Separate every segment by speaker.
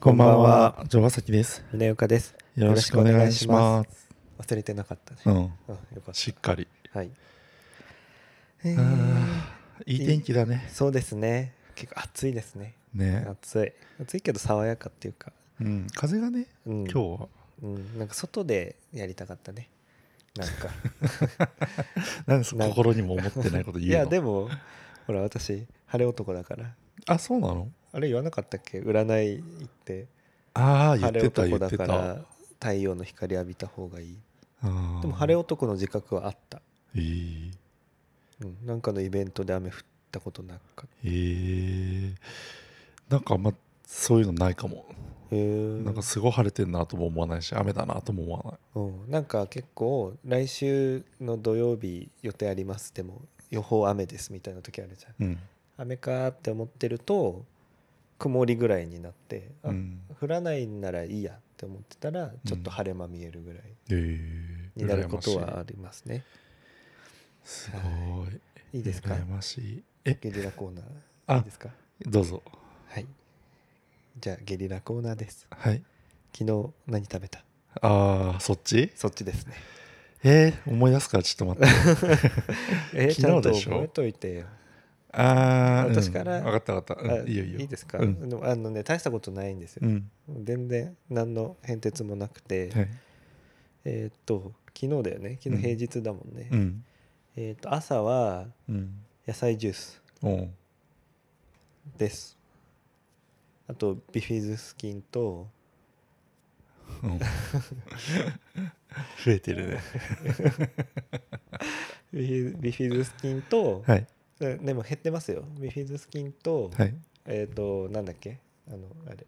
Speaker 1: こんばんは、城和崎です。
Speaker 2: 宗岡です。。
Speaker 1: よろしくお願いします
Speaker 2: 忘れてなかったね。
Speaker 1: す。うん。
Speaker 2: うん、よかっ
Speaker 3: しっかり。
Speaker 2: た。はい。
Speaker 1: あーいい天気だね。
Speaker 2: そうですね。結構暑いですね。
Speaker 1: ね。
Speaker 2: 暑い。暑いけど爽やかっていうか。
Speaker 1: うん。風がね、
Speaker 2: うん、
Speaker 3: 今日は
Speaker 2: うん、なんか外でやりたかったね。なんか。
Speaker 1: なんです
Speaker 2: なんか
Speaker 3: 心にも思ってないこと言う
Speaker 2: い
Speaker 3: の。
Speaker 2: や、でも、ほら、私、晴れ男だから。
Speaker 1: あ、そうなの
Speaker 2: あれ言わなかったっけ占い行って、
Speaker 1: ああ、言っ
Speaker 2: 晴れ
Speaker 1: てた、
Speaker 2: 男
Speaker 1: 言っ
Speaker 2: だ
Speaker 1: て
Speaker 2: か
Speaker 1: た。
Speaker 2: ら、太陽の光浴びた方がいい。で
Speaker 1: で
Speaker 2: も、晴れ男の自覚はあった。
Speaker 1: えー
Speaker 2: うん、なんかのイベントで雨降ったことなかっ
Speaker 1: えーなんかあんまそういうのないかも。
Speaker 2: た。へー
Speaker 1: なんかすごい晴れてんなとも思わないし、雨だなとも思わない。
Speaker 2: うん、なんか結構来週の土曜日予定ありますでも予報雨ですみたいな時あるじゃん
Speaker 1: うん。
Speaker 2: 雨かーって思ってると曇りぐらいになってあ、
Speaker 1: うん
Speaker 2: 降らないならいいやって思ってたらちょっと晴れ間見えるぐらい
Speaker 1: えー
Speaker 2: になること
Speaker 1: 羨
Speaker 2: は
Speaker 1: ま
Speaker 2: ありますね、
Speaker 1: しいすごい。
Speaker 2: い、いですか
Speaker 1: 羨ましい。え、
Speaker 2: ゲリラコーナ
Speaker 1: あ
Speaker 2: ーいいですか
Speaker 1: どうぞ。
Speaker 2: はいじゃあゲリラコーナーです
Speaker 1: はい。
Speaker 2: 昨日何食べた
Speaker 1: ああ、そっち
Speaker 2: そっちですね
Speaker 1: えー、思い出すからちょっと待っ て。
Speaker 2: えー、ちゃ
Speaker 1: 昨日
Speaker 2: んと
Speaker 1: でしょ
Speaker 2: 覚えといてよ
Speaker 1: ああ、
Speaker 2: 私から
Speaker 1: うん分かった分かった。
Speaker 2: あ
Speaker 1: うん、いいよいいよ。
Speaker 2: ですか、
Speaker 1: うん。
Speaker 2: でもあのね大したことないんですよ、
Speaker 1: うん
Speaker 2: 全然何の変哲もなくて、
Speaker 1: はい。
Speaker 2: えーっと昨日だよね昨日平日だもんね、
Speaker 1: うん。
Speaker 2: えーっと朝は
Speaker 1: うん。
Speaker 2: 野菜ジュース
Speaker 1: お う
Speaker 2: ですあとビフィズス菌と
Speaker 1: うん増えてるね。
Speaker 2: ビフィビフィズス菌と、
Speaker 1: はい。
Speaker 2: ででも減ってますよビフィズス菌と、
Speaker 1: はい。
Speaker 2: えーっとなんだっけあのあれ、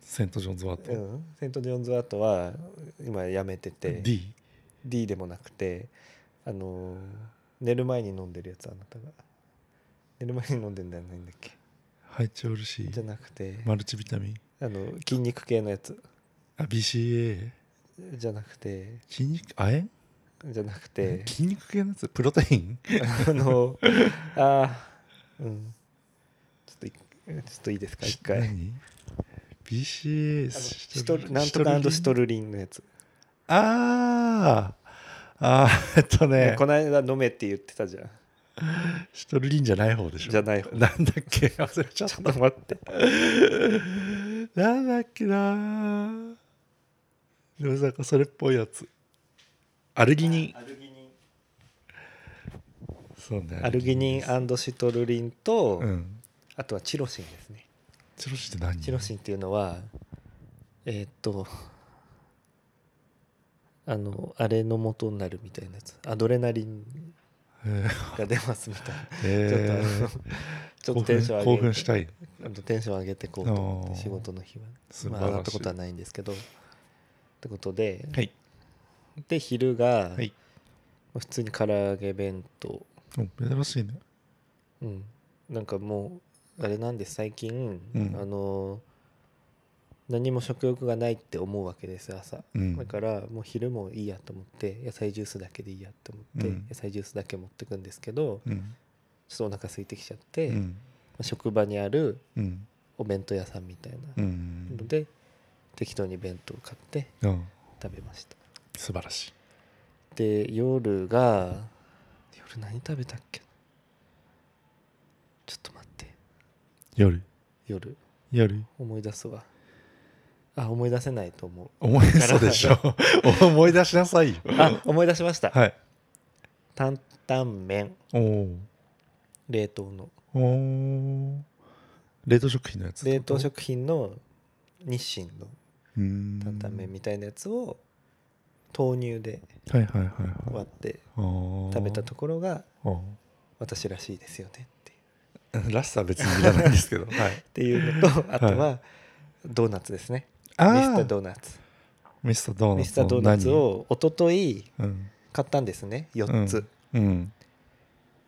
Speaker 1: セント・ジョンズ・ワッ
Speaker 2: う
Speaker 1: ト。
Speaker 2: ん、セント・ジョンズ・ワートは今やめてて
Speaker 1: D?
Speaker 2: D でもなくてあのー寝る前に飲んでるやつあなたが寝る前に飲んでんじゃないんだっけ
Speaker 1: ハイチオール C?
Speaker 2: じゃなくて、
Speaker 1: マルチビタミン
Speaker 2: あの筋肉系のやつ
Speaker 1: あ、BCA?
Speaker 2: じゃなくて
Speaker 1: 筋肉、亜鉛
Speaker 2: じゃなくて
Speaker 1: 筋肉系のやつプロテイン
Speaker 2: あのあーうんちょっといちょっといいですか一回あの
Speaker 1: 何 ?BCA?
Speaker 2: シトルなんとかシト
Speaker 1: ル。
Speaker 2: ルリンのやつ、
Speaker 1: あーあー、えっとね
Speaker 2: こ、の間飲めって言ってたじゃん
Speaker 1: シトルリンじゃない方でしょ。
Speaker 2: じゃない方
Speaker 1: なんだっけ忘れちゃっ
Speaker 2: ちょ
Speaker 1: た
Speaker 2: っ。と待って
Speaker 1: なんだっけなでもなんかそれっぽいやつアルギニン
Speaker 2: アルギニ
Speaker 1: そうね
Speaker 2: ンアルギニンシトルリンと、
Speaker 1: うん
Speaker 2: あとはチロシンですね
Speaker 1: チロシって何
Speaker 2: チロシンっていうのはえーっとあのあれの元になるみたいなやつアドレナリン
Speaker 1: え
Speaker 2: が出ますみたいな
Speaker 1: ーえ
Speaker 2: ちょ
Speaker 1: ー
Speaker 2: っちょっとテンション上げ
Speaker 1: 興
Speaker 2: て
Speaker 1: 奮したい
Speaker 2: あのテンション上げてこうと思って
Speaker 1: あー
Speaker 2: 仕事の日は、
Speaker 1: 素晴
Speaker 2: ま
Speaker 1: らしい
Speaker 2: あ、上がったことはないんですけどってことで、
Speaker 1: はい
Speaker 2: で昼が、
Speaker 1: はい
Speaker 2: 普通に唐揚げ弁当
Speaker 1: お珍しいね
Speaker 2: うんなんかもうあれなんです最近、
Speaker 1: うん
Speaker 2: あの何も食欲がないって思うわけです朝
Speaker 1: うん
Speaker 2: だからもう昼もいいやと思って野菜ジュースだけでいいやと思って、
Speaker 1: うん
Speaker 2: 野菜ジュースだけ持ってくんですけど
Speaker 1: うん
Speaker 2: ちょっとお腹空いてきちゃって、
Speaker 1: う
Speaker 2: ま
Speaker 1: ん
Speaker 2: あ職場にある
Speaker 1: うん
Speaker 2: お弁当屋さんみたいな
Speaker 1: うん
Speaker 2: ので、適当に弁当買って
Speaker 1: うん
Speaker 2: 食べました
Speaker 1: 素晴らしい
Speaker 2: で夜が夜何食べたっけちょっと待って
Speaker 1: 夜
Speaker 2: 夜
Speaker 1: 夜
Speaker 2: 思い出すわあ思い出せない と思う
Speaker 1: 思い出そうでしょ 思い出しなさいよ
Speaker 2: あ思い出しました
Speaker 1: はい
Speaker 2: 担々麺
Speaker 1: おお
Speaker 2: 冷凍の
Speaker 1: おー冷凍食品のやつって
Speaker 2: 冷
Speaker 1: こと
Speaker 2: 凍食品の日清の
Speaker 1: うーん
Speaker 2: 担々麺みたいなやつを豆乳で
Speaker 1: はいはいはいはい
Speaker 2: 割って
Speaker 1: 食
Speaker 2: 食べたところが
Speaker 1: こ
Speaker 2: 私らしいですよねっていう
Speaker 1: らしさは別にいらないんですけどはい
Speaker 2: っていうのとあとはドーナツですねミスタードーナツ
Speaker 1: ミスタードーナツ
Speaker 2: ミスタードーナツを一昨日
Speaker 1: 何うん
Speaker 2: 買ったんですね4つ、
Speaker 1: うん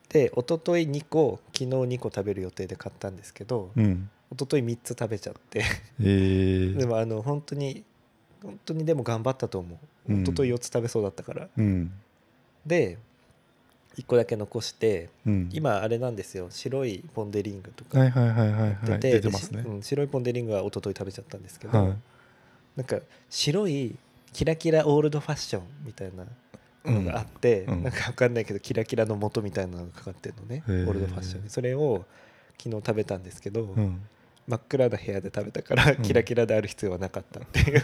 Speaker 2: で一昨日2個昨日2個食べる予定で買ったんですけど、
Speaker 1: うん
Speaker 2: 一昨日3つ食べちゃって
Speaker 1: えー
Speaker 2: でもあの本当に本当にでも頑張ったと思う
Speaker 1: うん
Speaker 2: 一昨日4つ食べそうだったから、
Speaker 1: うん
Speaker 2: で1個だけ残して
Speaker 1: うん、
Speaker 2: 今あれなんですよ白いポン・デ・リングとか
Speaker 1: はいはいはいはい、
Speaker 2: 出
Speaker 1: はい、
Speaker 2: て
Speaker 1: 出てますね
Speaker 2: で、うん白いポン・デ・リングは一昨日食べちゃったんですけど、
Speaker 1: は、
Speaker 2: なんか白いキラキラオールドファッションみたいない
Speaker 1: うん
Speaker 2: のがあって、
Speaker 1: うん
Speaker 2: なんかわかんないけどキラキラの元みたいなのがかかってるのねオ
Speaker 1: へー
Speaker 2: ールドファッションにそれを昨日食べたんですけど、
Speaker 1: うん、
Speaker 2: 真っ暗な部屋で食べたから
Speaker 1: ん
Speaker 2: キラキラである必要はなかったっていう、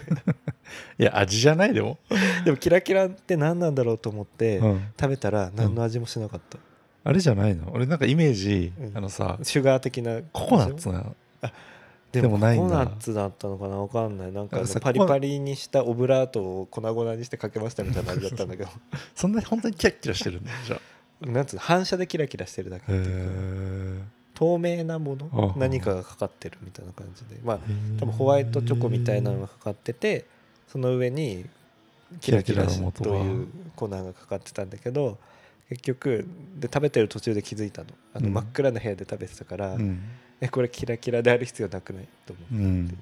Speaker 1: いや味じゃないでも、
Speaker 2: でもキラキラって何なんだろうと思って、
Speaker 1: うん、
Speaker 2: 食べたら何の味もしなかった、
Speaker 1: あれじゃないの俺なんかイメージ、
Speaker 2: うん
Speaker 1: あのさ
Speaker 2: シュガー的な
Speaker 1: ココナッツなの
Speaker 2: で
Speaker 1: で
Speaker 2: も
Speaker 1: もないんだ
Speaker 2: ココナッツだったのかなわかんないなんかあの
Speaker 1: あさ
Speaker 2: パリパリにしたオブラートを粉々にしてかけましたみたいな味だったんだけど
Speaker 1: そんなに本当にキラッキラしてるんだじゃあ
Speaker 2: なんつうの反射でキラキラしてるだけ
Speaker 1: へ
Speaker 2: っていう
Speaker 1: え
Speaker 2: か透明なも
Speaker 1: あは
Speaker 2: の
Speaker 1: あ
Speaker 2: 何かがかかってるみたいな感じでまあ多分ホワイトチョコみたいなのがかかっててその上にキラキラし
Speaker 1: キラキラ
Speaker 2: と
Speaker 1: の元が
Speaker 2: いう粉がかかってたんだけど結局で食べてる途中で気づいたのあの
Speaker 1: うん
Speaker 2: 真っ暗な部屋で食べてたから、
Speaker 1: うん、
Speaker 2: えこれキラキラである必要なくないと思って、
Speaker 1: う
Speaker 2: っ
Speaker 1: ん、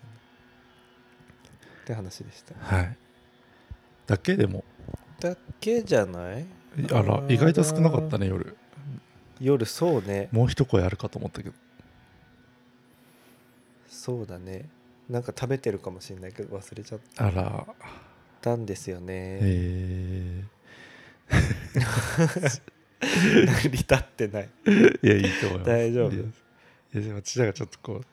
Speaker 2: て話でした
Speaker 1: はいだけでも
Speaker 2: だけじゃない
Speaker 1: あら意外と少なかったね夜
Speaker 2: 夜そうね
Speaker 1: もう一声あるかと思ったけど
Speaker 2: そうだねなんか食べてるかもしれないけど忘れちゃっ
Speaker 1: あら
Speaker 2: たんですよね
Speaker 1: え
Speaker 2: 成り立ってない
Speaker 1: いやいいと思います
Speaker 2: 大丈夫
Speaker 1: いやいやでもちだがちょっとこう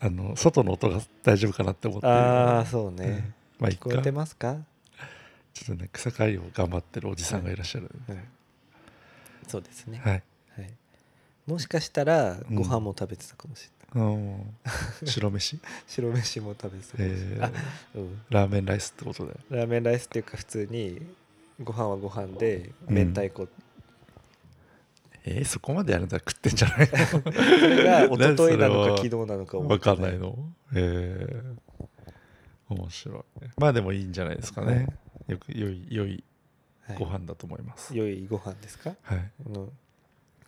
Speaker 1: あの外の音が大丈夫かなって思って
Speaker 2: ああそうね、
Speaker 1: うんまあいっ
Speaker 2: 聞こえ
Speaker 1: かち
Speaker 2: て
Speaker 1: ょ
Speaker 2: ますか、
Speaker 1: っとね草刈りを頑張ってるおじさんがいらっしゃる
Speaker 2: そうですね、
Speaker 1: はい
Speaker 2: はい、もしかしたら
Speaker 1: うん
Speaker 2: ご飯も食べてたかもしれない、
Speaker 1: あのー白飯
Speaker 2: 白飯も食べてたかもしれ
Speaker 1: え
Speaker 2: ない、
Speaker 1: ー
Speaker 2: あうん、
Speaker 1: ラーメンライスってことだよ
Speaker 2: ラーメンライスっていうか普通にご飯はご飯で明太子、
Speaker 1: えー、そこまでやるんだ食ってんじゃない
Speaker 2: それが一
Speaker 1: 何そ
Speaker 2: 昨
Speaker 1: れ
Speaker 2: 日なのか
Speaker 1: は
Speaker 2: 昨日なのか
Speaker 1: の
Speaker 2: わ
Speaker 1: わかんないのえー面白いまあでもいいんじゃないですかねよく良い良いご飯だと思います
Speaker 2: 良いご飯ですか
Speaker 1: はい
Speaker 2: あの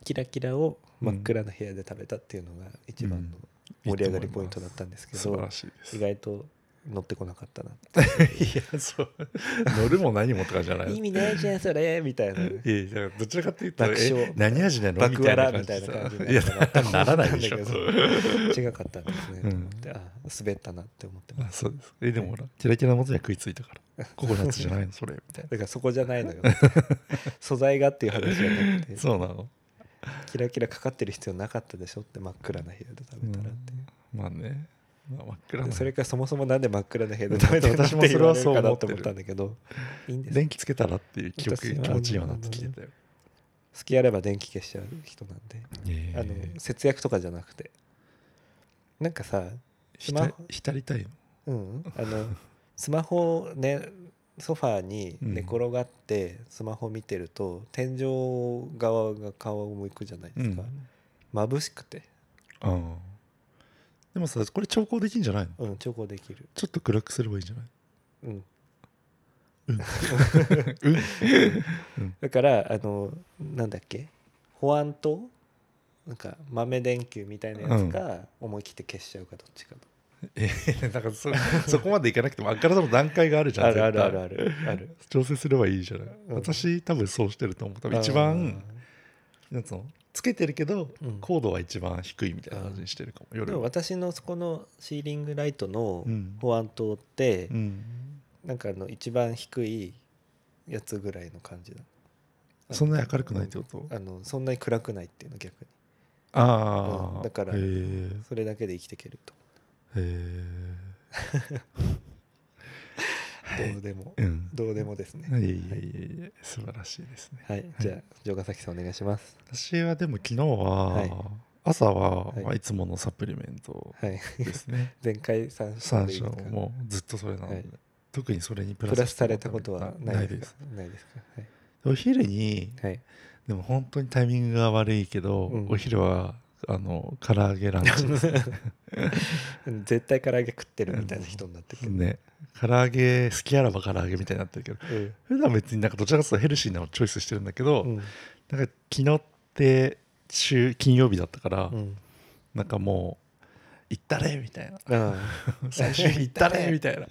Speaker 2: キラキラを真っ暗な部屋で食べたっていうのが一番の盛り上がりポイントだったんですけ
Speaker 1: 素
Speaker 2: ど、
Speaker 1: 晴らしいです
Speaker 2: 意外と乗ってこなかったなって
Speaker 1: いや、そう。乗るも何もとかじゃない。
Speaker 2: 意味ないじゃんそれみたいな
Speaker 1: いや、だからどちらかっていうと、
Speaker 2: 爆笑
Speaker 1: え何味なの
Speaker 2: 爆笑みたいな感じ
Speaker 1: さ
Speaker 2: に
Speaker 1: いや、
Speaker 2: なったの
Speaker 1: ならないでしょ。
Speaker 2: わかん ない けど違かったんですね、と思ってあ滑ったなって思ってま
Speaker 1: あ
Speaker 2: す
Speaker 1: そうです。え、でもほら、キラキラのもとには食いついたから。ココナッツじゃないの、それ、みたい
Speaker 2: だからそこじゃない のよ素材がっていう話じゃなくて
Speaker 1: な。そうなの。
Speaker 2: キラキラかかってる必要なかったでしょって真っ暗な部屋で食べたらっていう、
Speaker 1: まあね。まあ、真っ暗
Speaker 2: で
Speaker 1: な。
Speaker 2: それからそもそもなんで真っ暗な部屋で食べてるんだって
Speaker 1: 私も
Speaker 2: 言
Speaker 1: それ
Speaker 2: わ
Speaker 1: は
Speaker 2: れる
Speaker 1: そう
Speaker 2: かな
Speaker 1: 思っ
Speaker 2: と
Speaker 1: てる
Speaker 2: 思ったんだけどいいんです好
Speaker 1: 電気つけたらっていう記憶が気持ちいいようになってきてたよ。
Speaker 2: きあれば電気消しちゃう人なんで、
Speaker 1: え
Speaker 2: あの節約とかじゃなくてなんかさスマ
Speaker 1: 浸
Speaker 2: ホ
Speaker 1: 浸りたいの。
Speaker 2: うんあのスマホをねソファーに寝転がってスマホ見てると、天井側が顔を向くじゃないですか、眩しくて、
Speaker 1: うんでもさ、これ調光できんじゃないの
Speaker 2: うん、調光できる、
Speaker 1: ちょっと暗くすればいいんじゃない
Speaker 2: うん、
Speaker 1: うん。
Speaker 2: だからあのなんだっけ保安灯なんか豆電球みたいなやつか、思い切って消しちゃうかどっちかの
Speaker 1: えー、なんかそそこまでいかなくてもあからさの段階があるじゃん
Speaker 2: あるあるあ
Speaker 1: 絶
Speaker 2: るあるある
Speaker 1: 対調整すればいいじゃない、
Speaker 2: うん
Speaker 1: 私多分そうしてると思う多分 一番なんつうのつけてるけど、
Speaker 2: うん
Speaker 1: 高度は一番低いみたいな感じにしてるかも
Speaker 2: あーで
Speaker 1: 夜
Speaker 2: も
Speaker 1: は
Speaker 2: 私のそこのシーリングライトの
Speaker 1: うん
Speaker 2: 保安灯って、
Speaker 1: うん
Speaker 2: なんかあの一番低いやつぐらいの感じだ
Speaker 1: そんなに明るくないってこと
Speaker 2: あのそんなに暗くないっていうの逆に
Speaker 1: ああ、
Speaker 2: うんだから
Speaker 1: へえ
Speaker 2: それだけで生きていけると
Speaker 1: へ
Speaker 2: どうでも
Speaker 1: えうん
Speaker 2: どうでもですね
Speaker 1: いやいやいやいや素晴らしいですね
Speaker 2: はいじゃあ城ヶ崎さんお願いします
Speaker 1: 私はでも昨日は、
Speaker 2: はい
Speaker 1: 朝は、
Speaker 2: はい
Speaker 1: いまあ、いつものサプリメン ト
Speaker 2: はい
Speaker 1: ですね
Speaker 2: 前回参照
Speaker 1: 三
Speaker 2: でいい
Speaker 1: 章
Speaker 2: ですか
Speaker 1: もうずっとそれなので、
Speaker 2: はい
Speaker 1: 特にそれにプラ
Speaker 2: プ
Speaker 1: ス
Speaker 2: ラスされたことはないですかないですか
Speaker 1: お昼に
Speaker 2: はい、はい、
Speaker 1: でも本当にタイミングが悪いけど、
Speaker 2: うん
Speaker 1: お昼はあの唐揚げランチです
Speaker 2: うん絶対唐揚げ食ってるみたいな人になってくる、
Speaker 1: ね唐揚げ好きあらば唐揚げみたいになってるけど
Speaker 2: うん
Speaker 1: 普段別になんかどちらかというとヘルシーなのをチョイスしてるんだけど、
Speaker 2: うん
Speaker 1: なんか昨日って週金曜日だったから、
Speaker 2: うん、
Speaker 1: なんかもう行ったれみたいな
Speaker 2: あ あ
Speaker 1: 最終日行ったれみたいな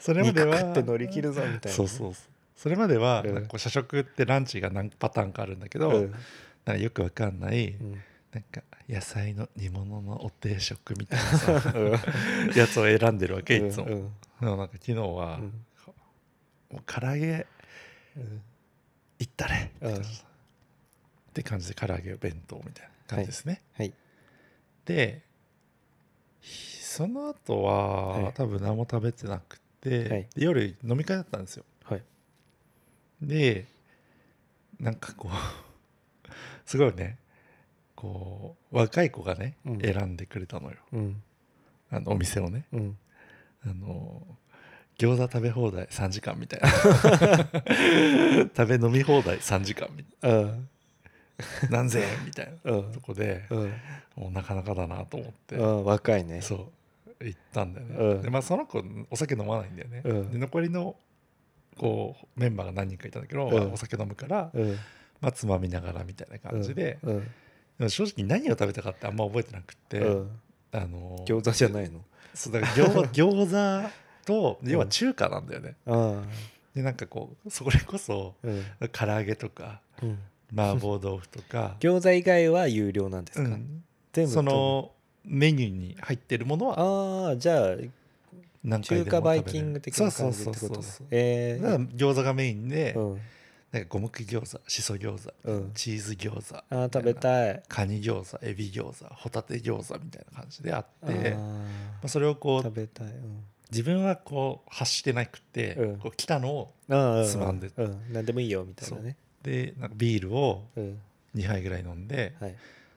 Speaker 1: それまで
Speaker 2: 肉
Speaker 1: は
Speaker 2: 食って乗り切るぞみたいな
Speaker 1: そうそうそうそれまでは
Speaker 2: うん
Speaker 1: なんかこう社食ってランチが何パターンかあるんだけど、
Speaker 2: うん
Speaker 1: なんかよくわかんない、
Speaker 2: うん
Speaker 1: なんか野菜の煮物のお定食みたいなさ やつを選んでるわけいつも、
Speaker 2: うん
Speaker 1: でもなんか昨日は、
Speaker 2: うん
Speaker 1: もう唐揚げ
Speaker 2: うん
Speaker 1: 行ったねって
Speaker 2: うん
Speaker 1: 感じ,、って感じで唐揚げ弁当みたいな感じですね、
Speaker 2: はい
Speaker 1: でひその後は、
Speaker 2: はい
Speaker 1: 多分何も食べてなくて、
Speaker 2: はい
Speaker 1: で夜飲み会だったんですよ
Speaker 2: はい
Speaker 1: でなんかこう すごいねこう若い子がね、
Speaker 2: うん
Speaker 1: 選んでくれたのよ
Speaker 2: うん
Speaker 1: あのお店をね
Speaker 2: うん
Speaker 1: あの餃子食べ放題3時間みたい な食べ飲み放題3時間みた
Speaker 2: うん
Speaker 1: いな何千円みたいな
Speaker 2: うん
Speaker 1: とこで
Speaker 2: うん
Speaker 1: もうなかなかだなと思って
Speaker 2: うん若いね
Speaker 1: そう行ったんだよね、
Speaker 2: うん
Speaker 1: でまあその子お酒飲まないんだよね、
Speaker 2: うん
Speaker 1: で残りのこうメンバーが何人かいたんだけど、
Speaker 2: うん
Speaker 1: お酒飲むから、
Speaker 2: うん
Speaker 1: まあ、つまみながらみたいな感じで、
Speaker 2: うん
Speaker 1: でも正直何を食べたかってあんま覚えてなくって、
Speaker 2: うん
Speaker 1: あの
Speaker 2: 餃子じゃないの
Speaker 1: そうだから 餃餃子と要は中華なんだよね、
Speaker 2: あ
Speaker 1: でなんかこうそれこそ
Speaker 2: あうん
Speaker 1: 唐揚げとか
Speaker 2: うん
Speaker 1: 麻婆豆腐とか
Speaker 2: 餃子以外は有料なんです
Speaker 1: う
Speaker 2: か
Speaker 1: ん
Speaker 2: 全部
Speaker 1: そのメニューに入ってるものは
Speaker 2: ああじゃあ
Speaker 1: 何回でも食
Speaker 2: 中華
Speaker 1: べ
Speaker 2: バ
Speaker 1: れ
Speaker 2: イ
Speaker 1: る
Speaker 2: キング的な感じって
Speaker 1: そう
Speaker 2: こ
Speaker 1: そうそ
Speaker 2: と
Speaker 1: うそう
Speaker 2: え
Speaker 1: だから
Speaker 2: ー
Speaker 1: 餃子がメインで、
Speaker 2: うん
Speaker 1: なんか五目餃子しそ餃子、
Speaker 2: うん
Speaker 1: チーズ餃子
Speaker 2: あー食べ
Speaker 1: い
Speaker 2: たい
Speaker 1: カニ餃子エビ餃子ホタテ餃子みたいな感じであ
Speaker 2: あ
Speaker 1: ってまあ、
Speaker 2: ー
Speaker 1: それをこう
Speaker 2: 食べたいうん
Speaker 1: 自分はこう発してなくて、
Speaker 2: うん
Speaker 1: こう来たのを
Speaker 2: ああ
Speaker 1: つまんで
Speaker 2: うん何でもいいよみたいなね
Speaker 1: でなんかビールを
Speaker 2: うん
Speaker 1: 2杯ぐらい飲んで、
Speaker 2: はい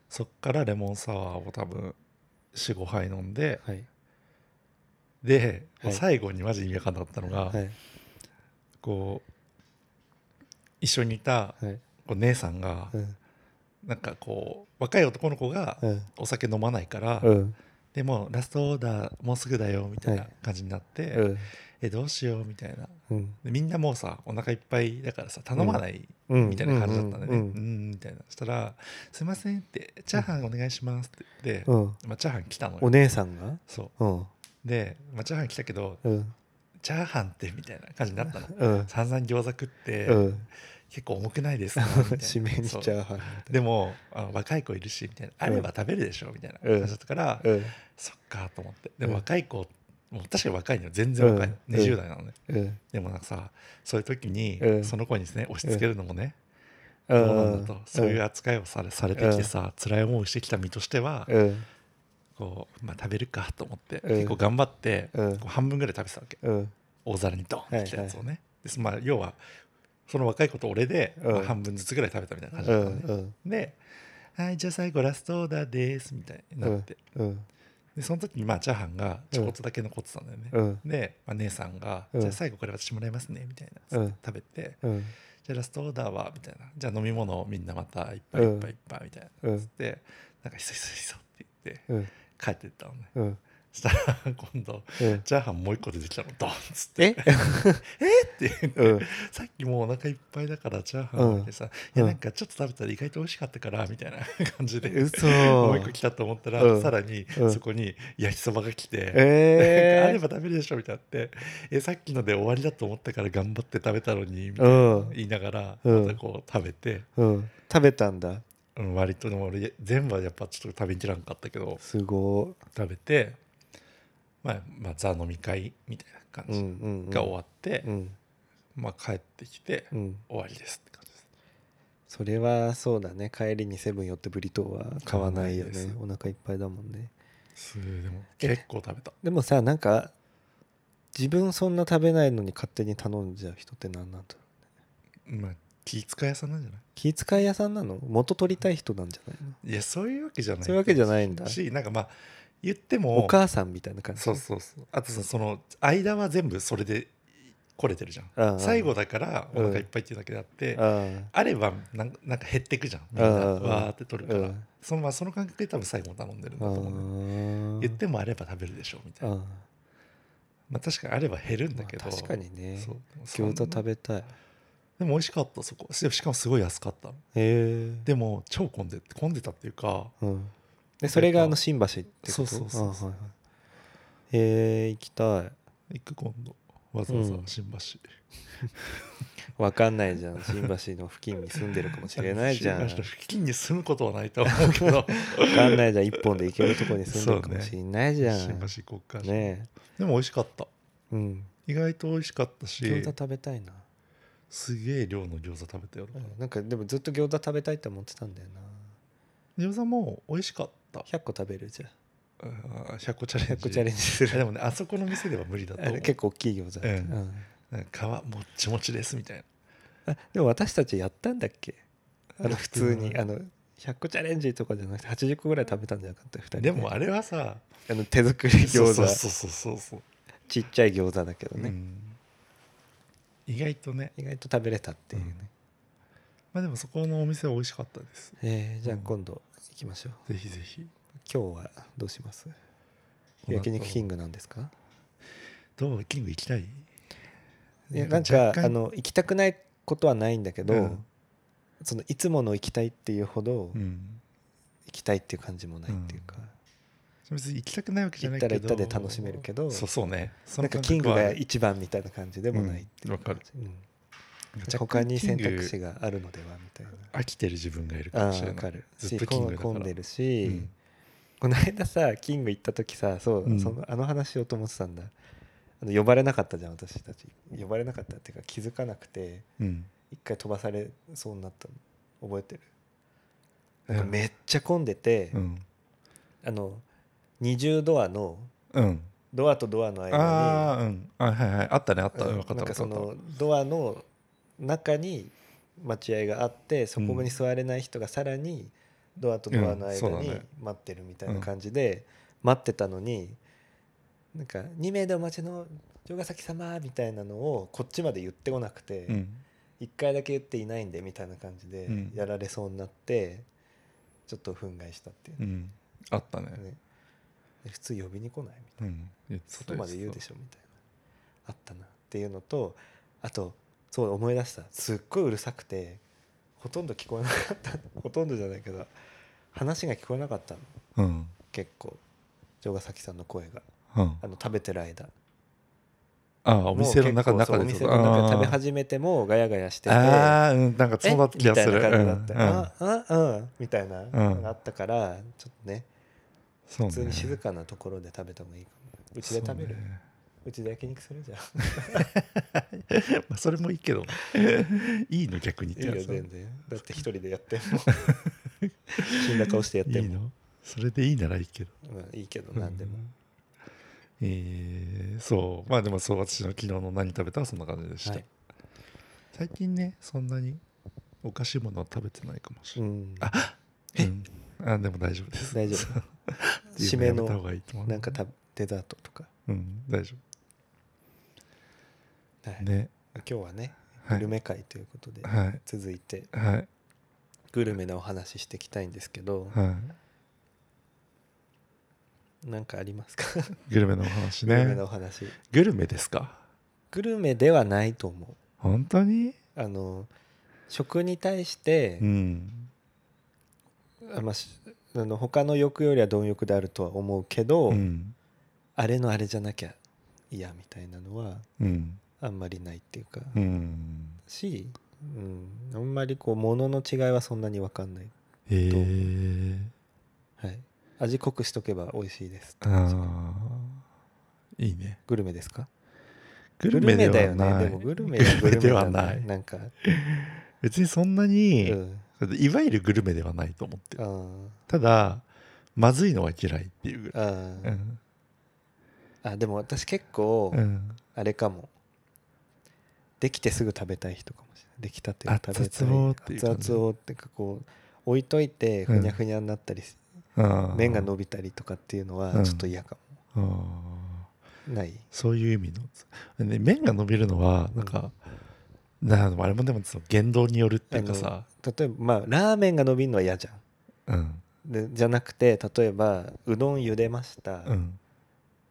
Speaker 1: そっからレモンサワーを多分45杯飲んで
Speaker 2: はい
Speaker 1: で、
Speaker 2: はい
Speaker 1: 最後にマジ意味わかんなかったのが、
Speaker 2: はい
Speaker 1: こう一緒にいた
Speaker 2: はい
Speaker 1: こう姉さんが、
Speaker 2: うん
Speaker 1: なんかこう若い男の子が
Speaker 2: うん
Speaker 1: お酒飲まないから、
Speaker 2: うん
Speaker 1: でもうラストオーダーもうすぐだよみたいな
Speaker 2: はい
Speaker 1: 感じになって、
Speaker 2: うん
Speaker 1: えどうしようみたいな
Speaker 2: うん
Speaker 1: でみんなもうさお腹いっぱいだからさ頼まない
Speaker 2: うん
Speaker 1: みたいな感じだったんでね、う
Speaker 2: うんん
Speaker 1: みたいなそしたら「すいません」って「チャーハンお願いします」って言って、
Speaker 2: うん
Speaker 1: まあ、チャーハン来たの
Speaker 2: お
Speaker 1: よ
Speaker 2: 姉さんが
Speaker 1: そ
Speaker 2: うん
Speaker 1: うで、まあ、チャーハン来たけど
Speaker 2: うん
Speaker 1: 「チャーハンって」みたいな感じになったの
Speaker 2: うん
Speaker 1: 散々餃子食って、
Speaker 2: うん
Speaker 1: 結構重くないですか みたいな
Speaker 2: 締めにチ
Speaker 1: そう
Speaker 2: ャーハン
Speaker 1: でもあの若い子いるしみたいなあれば食べるでしょみたいな感じだったから、
Speaker 2: うん
Speaker 1: そっかと思ってで
Speaker 2: う
Speaker 1: も
Speaker 2: ん
Speaker 1: 若い子もう確かに若いのよ全然若いの、
Speaker 2: うん
Speaker 1: 20代なのね
Speaker 2: うん
Speaker 1: でもなんかさそういう時に
Speaker 2: うん
Speaker 1: その子にですね押し付けるのもね、
Speaker 2: う
Speaker 1: どうなん
Speaker 2: ん
Speaker 1: だとそういう扱いをされされてきてさ、辛い思いをしてきた身としては、
Speaker 2: うん
Speaker 1: こうまあ、食べるかと思って、
Speaker 2: うん
Speaker 1: 結構頑張って、
Speaker 2: うん
Speaker 1: こう半分ぐらい食べてたわけ
Speaker 2: うん
Speaker 1: 大皿にドーンってきたやつをね、でまあ、要はその若い子と俺で、
Speaker 2: うん
Speaker 1: まあ半分ずつぐらい食べたみたいな感じ
Speaker 2: う
Speaker 1: だったの
Speaker 2: ん
Speaker 1: ね、
Speaker 2: うん
Speaker 1: で「はいじゃあ最後ラストオーダーです」みたいになって、
Speaker 2: うん
Speaker 1: でその時にまあチャーハンがちょこっとだけ残ってたんだよね、
Speaker 2: うん
Speaker 1: で、まあ、姉さんが、
Speaker 2: うん
Speaker 1: じゃあ最後これ私もらいますね」みたいな、
Speaker 2: うん
Speaker 1: 食べて
Speaker 2: うん
Speaker 1: 「じゃあラストオーダーは」みたいな「じゃあ飲み物をみんなまたいっぱいいっぱいいっぱい」みたいな、
Speaker 2: うん
Speaker 1: でなんかひそひそひそって言って
Speaker 2: うん
Speaker 1: 帰ってったのね
Speaker 2: うん
Speaker 1: そしたら今度
Speaker 2: うん
Speaker 1: チャーハンもう一個出てきたのドンっつって
Speaker 2: え
Speaker 1: って言って、
Speaker 2: うん
Speaker 1: さっきもうお腹いっぱいだからチャーハンってさ、いや
Speaker 2: うん
Speaker 1: なんかちょっと食べたら意外と美味しかったからみたいな感じで
Speaker 2: 嘘
Speaker 1: もう一個来たと思ったら、
Speaker 2: うん
Speaker 1: さらに
Speaker 2: うん
Speaker 1: そこに焼きそばが来て、なんかあれ
Speaker 2: え
Speaker 1: ば食べるでしょみたいになってえさっきので終わりだと思ったから頑張って食べたのにみたいな
Speaker 2: うん
Speaker 1: 言いながら
Speaker 2: うん
Speaker 1: またこう食べて、
Speaker 2: ーうん食べたんだ
Speaker 1: うん、割とでも俺全部はやっぱちょっと食べきらんかったけど
Speaker 2: すご
Speaker 1: 食べて、まあ、まあザ飲み会みたいな感
Speaker 2: いうん
Speaker 1: じ
Speaker 2: うんうん
Speaker 1: が終わって、
Speaker 2: うん
Speaker 1: まあ、帰ってきて
Speaker 2: うん
Speaker 1: 終わりですって感じです。
Speaker 2: それはそうだね帰りにセブン寄ってブリトーは買わないよ
Speaker 1: 買わな
Speaker 2: ね
Speaker 1: いです
Speaker 2: お腹いっぱいだもんね
Speaker 1: すーでも
Speaker 2: え
Speaker 1: 結構食べた
Speaker 2: でもさなんか自分そんな食べないのに勝手に頼んじゃう人って何なんだろう
Speaker 1: まあ気遣い屋さんなんじゃな
Speaker 2: 気遣い屋さんなの元取りたい人なんじゃないの
Speaker 1: いいやそういうわけじゃない
Speaker 2: そういうわけじゃないんだ
Speaker 1: しなんかまあ言っても
Speaker 2: お母さんみたいな感じ
Speaker 1: そうそうそうあとさその間は全部それで来れてるじゃ
Speaker 2: うんうんん
Speaker 1: 最後だからお腹いっぱいっていうだけであって、
Speaker 2: あー
Speaker 1: あればなんなんか減ってくじゃんみんな
Speaker 2: うんうんうん
Speaker 1: わーって取るから、
Speaker 2: うん
Speaker 1: そのまあその感覚で多分最後も頼んでるんだ
Speaker 2: あ
Speaker 1: と思うんだよね
Speaker 2: ー
Speaker 1: 言ってもあれば食べるでしょみた
Speaker 2: あ
Speaker 1: いな
Speaker 2: ー
Speaker 1: まあ、確かにあれば減るんだけど、
Speaker 2: まあ確かにね
Speaker 1: そう
Speaker 2: 餃子食べたいへ
Speaker 1: でも美味しかったそこししかもすごい安かった
Speaker 2: え
Speaker 1: でも超混んで混んでたっていうか
Speaker 2: うん、でそれがあの新橋ってこと
Speaker 1: そうそうそう
Speaker 2: あはいはいへえ行きたい
Speaker 1: 行く今度わざわざ
Speaker 2: うん
Speaker 1: 新橋、
Speaker 2: わかんないじゃん新橋の付近に住んでるかもしれないじゃん わ
Speaker 1: 新橋の付近に住むことはないとは思う けど
Speaker 2: かんないじゃん一本で行けるとこに住んでるかもしれないじゃん
Speaker 1: 新
Speaker 2: ね
Speaker 1: 橋国家でも美味しかった
Speaker 2: えうん
Speaker 1: 意外と美味しかった
Speaker 2: 餃
Speaker 1: し
Speaker 2: 子食べたいな、
Speaker 1: すげえ量の餃子食べたよ、
Speaker 2: うんなんかでもずっと餃子食べたいって思ってたんだよな
Speaker 1: 餃子も美味しかった
Speaker 2: 100個食べるじゃん
Speaker 1: あー100個チャレン
Speaker 2: 100
Speaker 1: ジ
Speaker 2: 個チャレンジす
Speaker 1: いや
Speaker 2: る
Speaker 1: でもねあそこの店では無理だと
Speaker 2: あ
Speaker 1: 思う
Speaker 2: れ結構大きい餃子だった、
Speaker 1: うん
Speaker 2: うん
Speaker 1: なんか皮もっちもちですみたいな
Speaker 2: あでも私たちやったんだっけあの普通に
Speaker 1: うん
Speaker 2: あの100個チャレンジとかじゃなくて80個ぐらい食べたんじゃなかった2人
Speaker 1: でもあれはさ
Speaker 2: あの手作り餃子
Speaker 1: そうそうそうそうそう
Speaker 2: ちっちゃい餃子だけどね、
Speaker 1: うん意外とね
Speaker 2: 意外と食べれたっていうね、
Speaker 1: まあでもそこのお店は美味しかったです
Speaker 2: えーじゃあ
Speaker 1: うん
Speaker 2: 今度行きましょう
Speaker 1: ぜひぜひ
Speaker 2: 今日はどうします焼肉キングなんですか
Speaker 1: どうキング行きたい
Speaker 2: いやなんか
Speaker 1: 若干
Speaker 2: あの行きたくないことはないんだけど、
Speaker 1: うん
Speaker 2: そのいつもの行きたいっていうほど
Speaker 1: うん
Speaker 2: 行きたいっていう感じもないっていうか、
Speaker 1: 別に行きたくないわけじゃないけど
Speaker 2: 行ったら行ったで楽しめるけど
Speaker 1: そうそうねその
Speaker 2: なんか
Speaker 1: 感
Speaker 2: キン
Speaker 1: 覚
Speaker 2: グ
Speaker 1: はあ
Speaker 2: が
Speaker 1: る
Speaker 2: 一番みたいな感じでもないっていう感じ、うん他に選択肢があるのではみたいな
Speaker 1: 飽きてる自分がいるか
Speaker 2: あ
Speaker 1: もし
Speaker 2: ー
Speaker 1: れ
Speaker 2: わ
Speaker 1: な
Speaker 2: か
Speaker 1: い
Speaker 2: る
Speaker 1: ずっ
Speaker 2: し
Speaker 1: とキングだから
Speaker 2: 混んでるし、
Speaker 1: うん
Speaker 2: この間さキング行った時さそう、
Speaker 1: うん
Speaker 2: そのあの話しようと思ってたんだあの呼ばれなかったじゃん私たち呼ばれなかったっていうか気づかなくて
Speaker 1: うん
Speaker 2: 一回飛ばされそうになったの覚えてる
Speaker 1: うん
Speaker 2: なんかめっちゃ混んでて、
Speaker 1: うん
Speaker 2: あの20ドアの
Speaker 1: うん
Speaker 2: ドアとドアの間
Speaker 1: ああうんあはいはいあったねあっ
Speaker 2: に
Speaker 1: た
Speaker 2: うん
Speaker 1: 分かった
Speaker 2: な
Speaker 1: 分か
Speaker 2: んか
Speaker 1: っ
Speaker 2: そ
Speaker 1: た
Speaker 2: のドアの中に待合があってそこに座れない人がさらにドアとドアの
Speaker 1: うんそう
Speaker 2: 間
Speaker 1: だ
Speaker 2: に
Speaker 1: ね
Speaker 2: 待ってるみたいな感じで待ってたのになんか2名でお待ちの城ヶ崎様みたいなのをこっちまで言ってこなくて。
Speaker 1: うん
Speaker 2: 1回だけ言っていないんでみたいな感じで
Speaker 1: うん
Speaker 2: やられそうになってちょっと憤慨したっていうう、
Speaker 1: んあったね
Speaker 2: ねで普通呼びに来ないみたい
Speaker 1: うん言って
Speaker 2: な
Speaker 1: た
Speaker 2: 外まで言うで
Speaker 1: ょ
Speaker 2: しょみたいなあったなっていうのとあとそう思い出したすっごいうるさくてほとんど聞こえなかった ほとんどじゃないけど話が聞こえなかったの
Speaker 1: うん
Speaker 2: 結構城ヶ崎さんの声が
Speaker 1: うん
Speaker 2: あの食べてる間
Speaker 1: ああお店の中
Speaker 2: もう結構
Speaker 1: 中
Speaker 2: そう
Speaker 1: でって
Speaker 2: お店
Speaker 1: こと
Speaker 2: の中で食べ
Speaker 1: あー
Speaker 2: 始めてもガヤガヤしてて
Speaker 1: ああうんなんか
Speaker 2: え
Speaker 1: そうだった気がする
Speaker 2: みたいな感じだ
Speaker 1: うんうん
Speaker 2: った、ああうんみたいなのがあったから、ちょっとね
Speaker 1: そうね
Speaker 2: 普通に静かなところで食べた方がいいかもうちで食べる
Speaker 1: そうね
Speaker 2: ちで焼肉するじゃん
Speaker 1: まあそれもいいけど いいの逆にっ
Speaker 2: いい
Speaker 1: て
Speaker 2: よ
Speaker 1: やつ
Speaker 2: 全然だって一人でやって も死んだ顔してやって
Speaker 1: いい
Speaker 2: も
Speaker 1: のそれでいいならいいけど
Speaker 2: まあいいけど何でも、
Speaker 1: うんえーそうまあでもそう私の昨日の何食べたはそんな感じでした、
Speaker 2: はい
Speaker 1: 最近ねそんなにおかしいものは食べてないかもし
Speaker 2: う
Speaker 1: れ
Speaker 2: ん、
Speaker 1: ない、うんあでも大丈夫です
Speaker 2: 大丈
Speaker 1: 言う
Speaker 2: 締め
Speaker 1: やめた方
Speaker 2: の
Speaker 1: がいいと思う
Speaker 2: なんかたデザートとか、
Speaker 1: うん大丈
Speaker 2: はい
Speaker 1: 夫ね
Speaker 2: 今日はね
Speaker 1: はい
Speaker 2: グルメ会ということで、
Speaker 1: はい
Speaker 2: 続いて
Speaker 1: はい
Speaker 2: グルメなお話ししていきたいんですけど、
Speaker 1: は
Speaker 2: なんかありますか、
Speaker 1: いグルメのお話
Speaker 2: グルメ
Speaker 1: ね
Speaker 2: のお話
Speaker 1: グルメですか
Speaker 2: グルメではないと思う
Speaker 1: 本当に
Speaker 2: あの食に対して
Speaker 1: う、ん
Speaker 2: あまあ、しあの他の欲よりは貪欲であるとは思うけど、
Speaker 1: うん
Speaker 2: あれのあれじゃなきゃ嫌みたいなのは
Speaker 1: うん
Speaker 2: あんまりないっていうか、
Speaker 1: うん
Speaker 2: し、うん、あんまりこう物の違いはそんなに分かんない、
Speaker 1: へえー、
Speaker 2: はい、味濃くしとけば美味しいです
Speaker 1: あーいいね
Speaker 2: グルメですか
Speaker 1: グ
Speaker 2: グ
Speaker 1: ル
Speaker 2: ル
Speaker 1: メ
Speaker 2: メ
Speaker 1: で
Speaker 2: だよ
Speaker 1: は
Speaker 2: ね
Speaker 1: ない
Speaker 2: でもグルメはグルメ
Speaker 1: で
Speaker 2: じ
Speaker 1: は
Speaker 2: ゃ
Speaker 1: ない
Speaker 2: なんか、
Speaker 1: 別にそんな
Speaker 2: う
Speaker 1: に、
Speaker 2: ん、
Speaker 1: いわゆるグルメではないと思って
Speaker 2: あ
Speaker 1: る
Speaker 2: ー
Speaker 1: ただまずいのは嫌いっていうぐらい
Speaker 2: あ
Speaker 1: う
Speaker 2: ー
Speaker 1: ん
Speaker 2: あでも私結構、
Speaker 1: うん
Speaker 2: あれかもできてすぐ食べたい人かもしれないできたてを食べたい
Speaker 1: 熱々をっていう感じ
Speaker 2: 熱々をっていうかこう置いといてふにゃふにゃになったり、
Speaker 1: あー
Speaker 2: 麺が伸びたりとかっていうの
Speaker 1: う
Speaker 2: は
Speaker 1: ん
Speaker 2: ちょっと嫌か
Speaker 1: あー
Speaker 2: も、ない
Speaker 1: そういう意味の、ね、麺が伸びるのはなんか、なああれもでもその言動によるっていうかさ、
Speaker 2: 例えばまあラーメンが伸びるのは嫌じゃん
Speaker 1: うん
Speaker 2: でじゃなくて例えばうどん茹でました、
Speaker 1: うん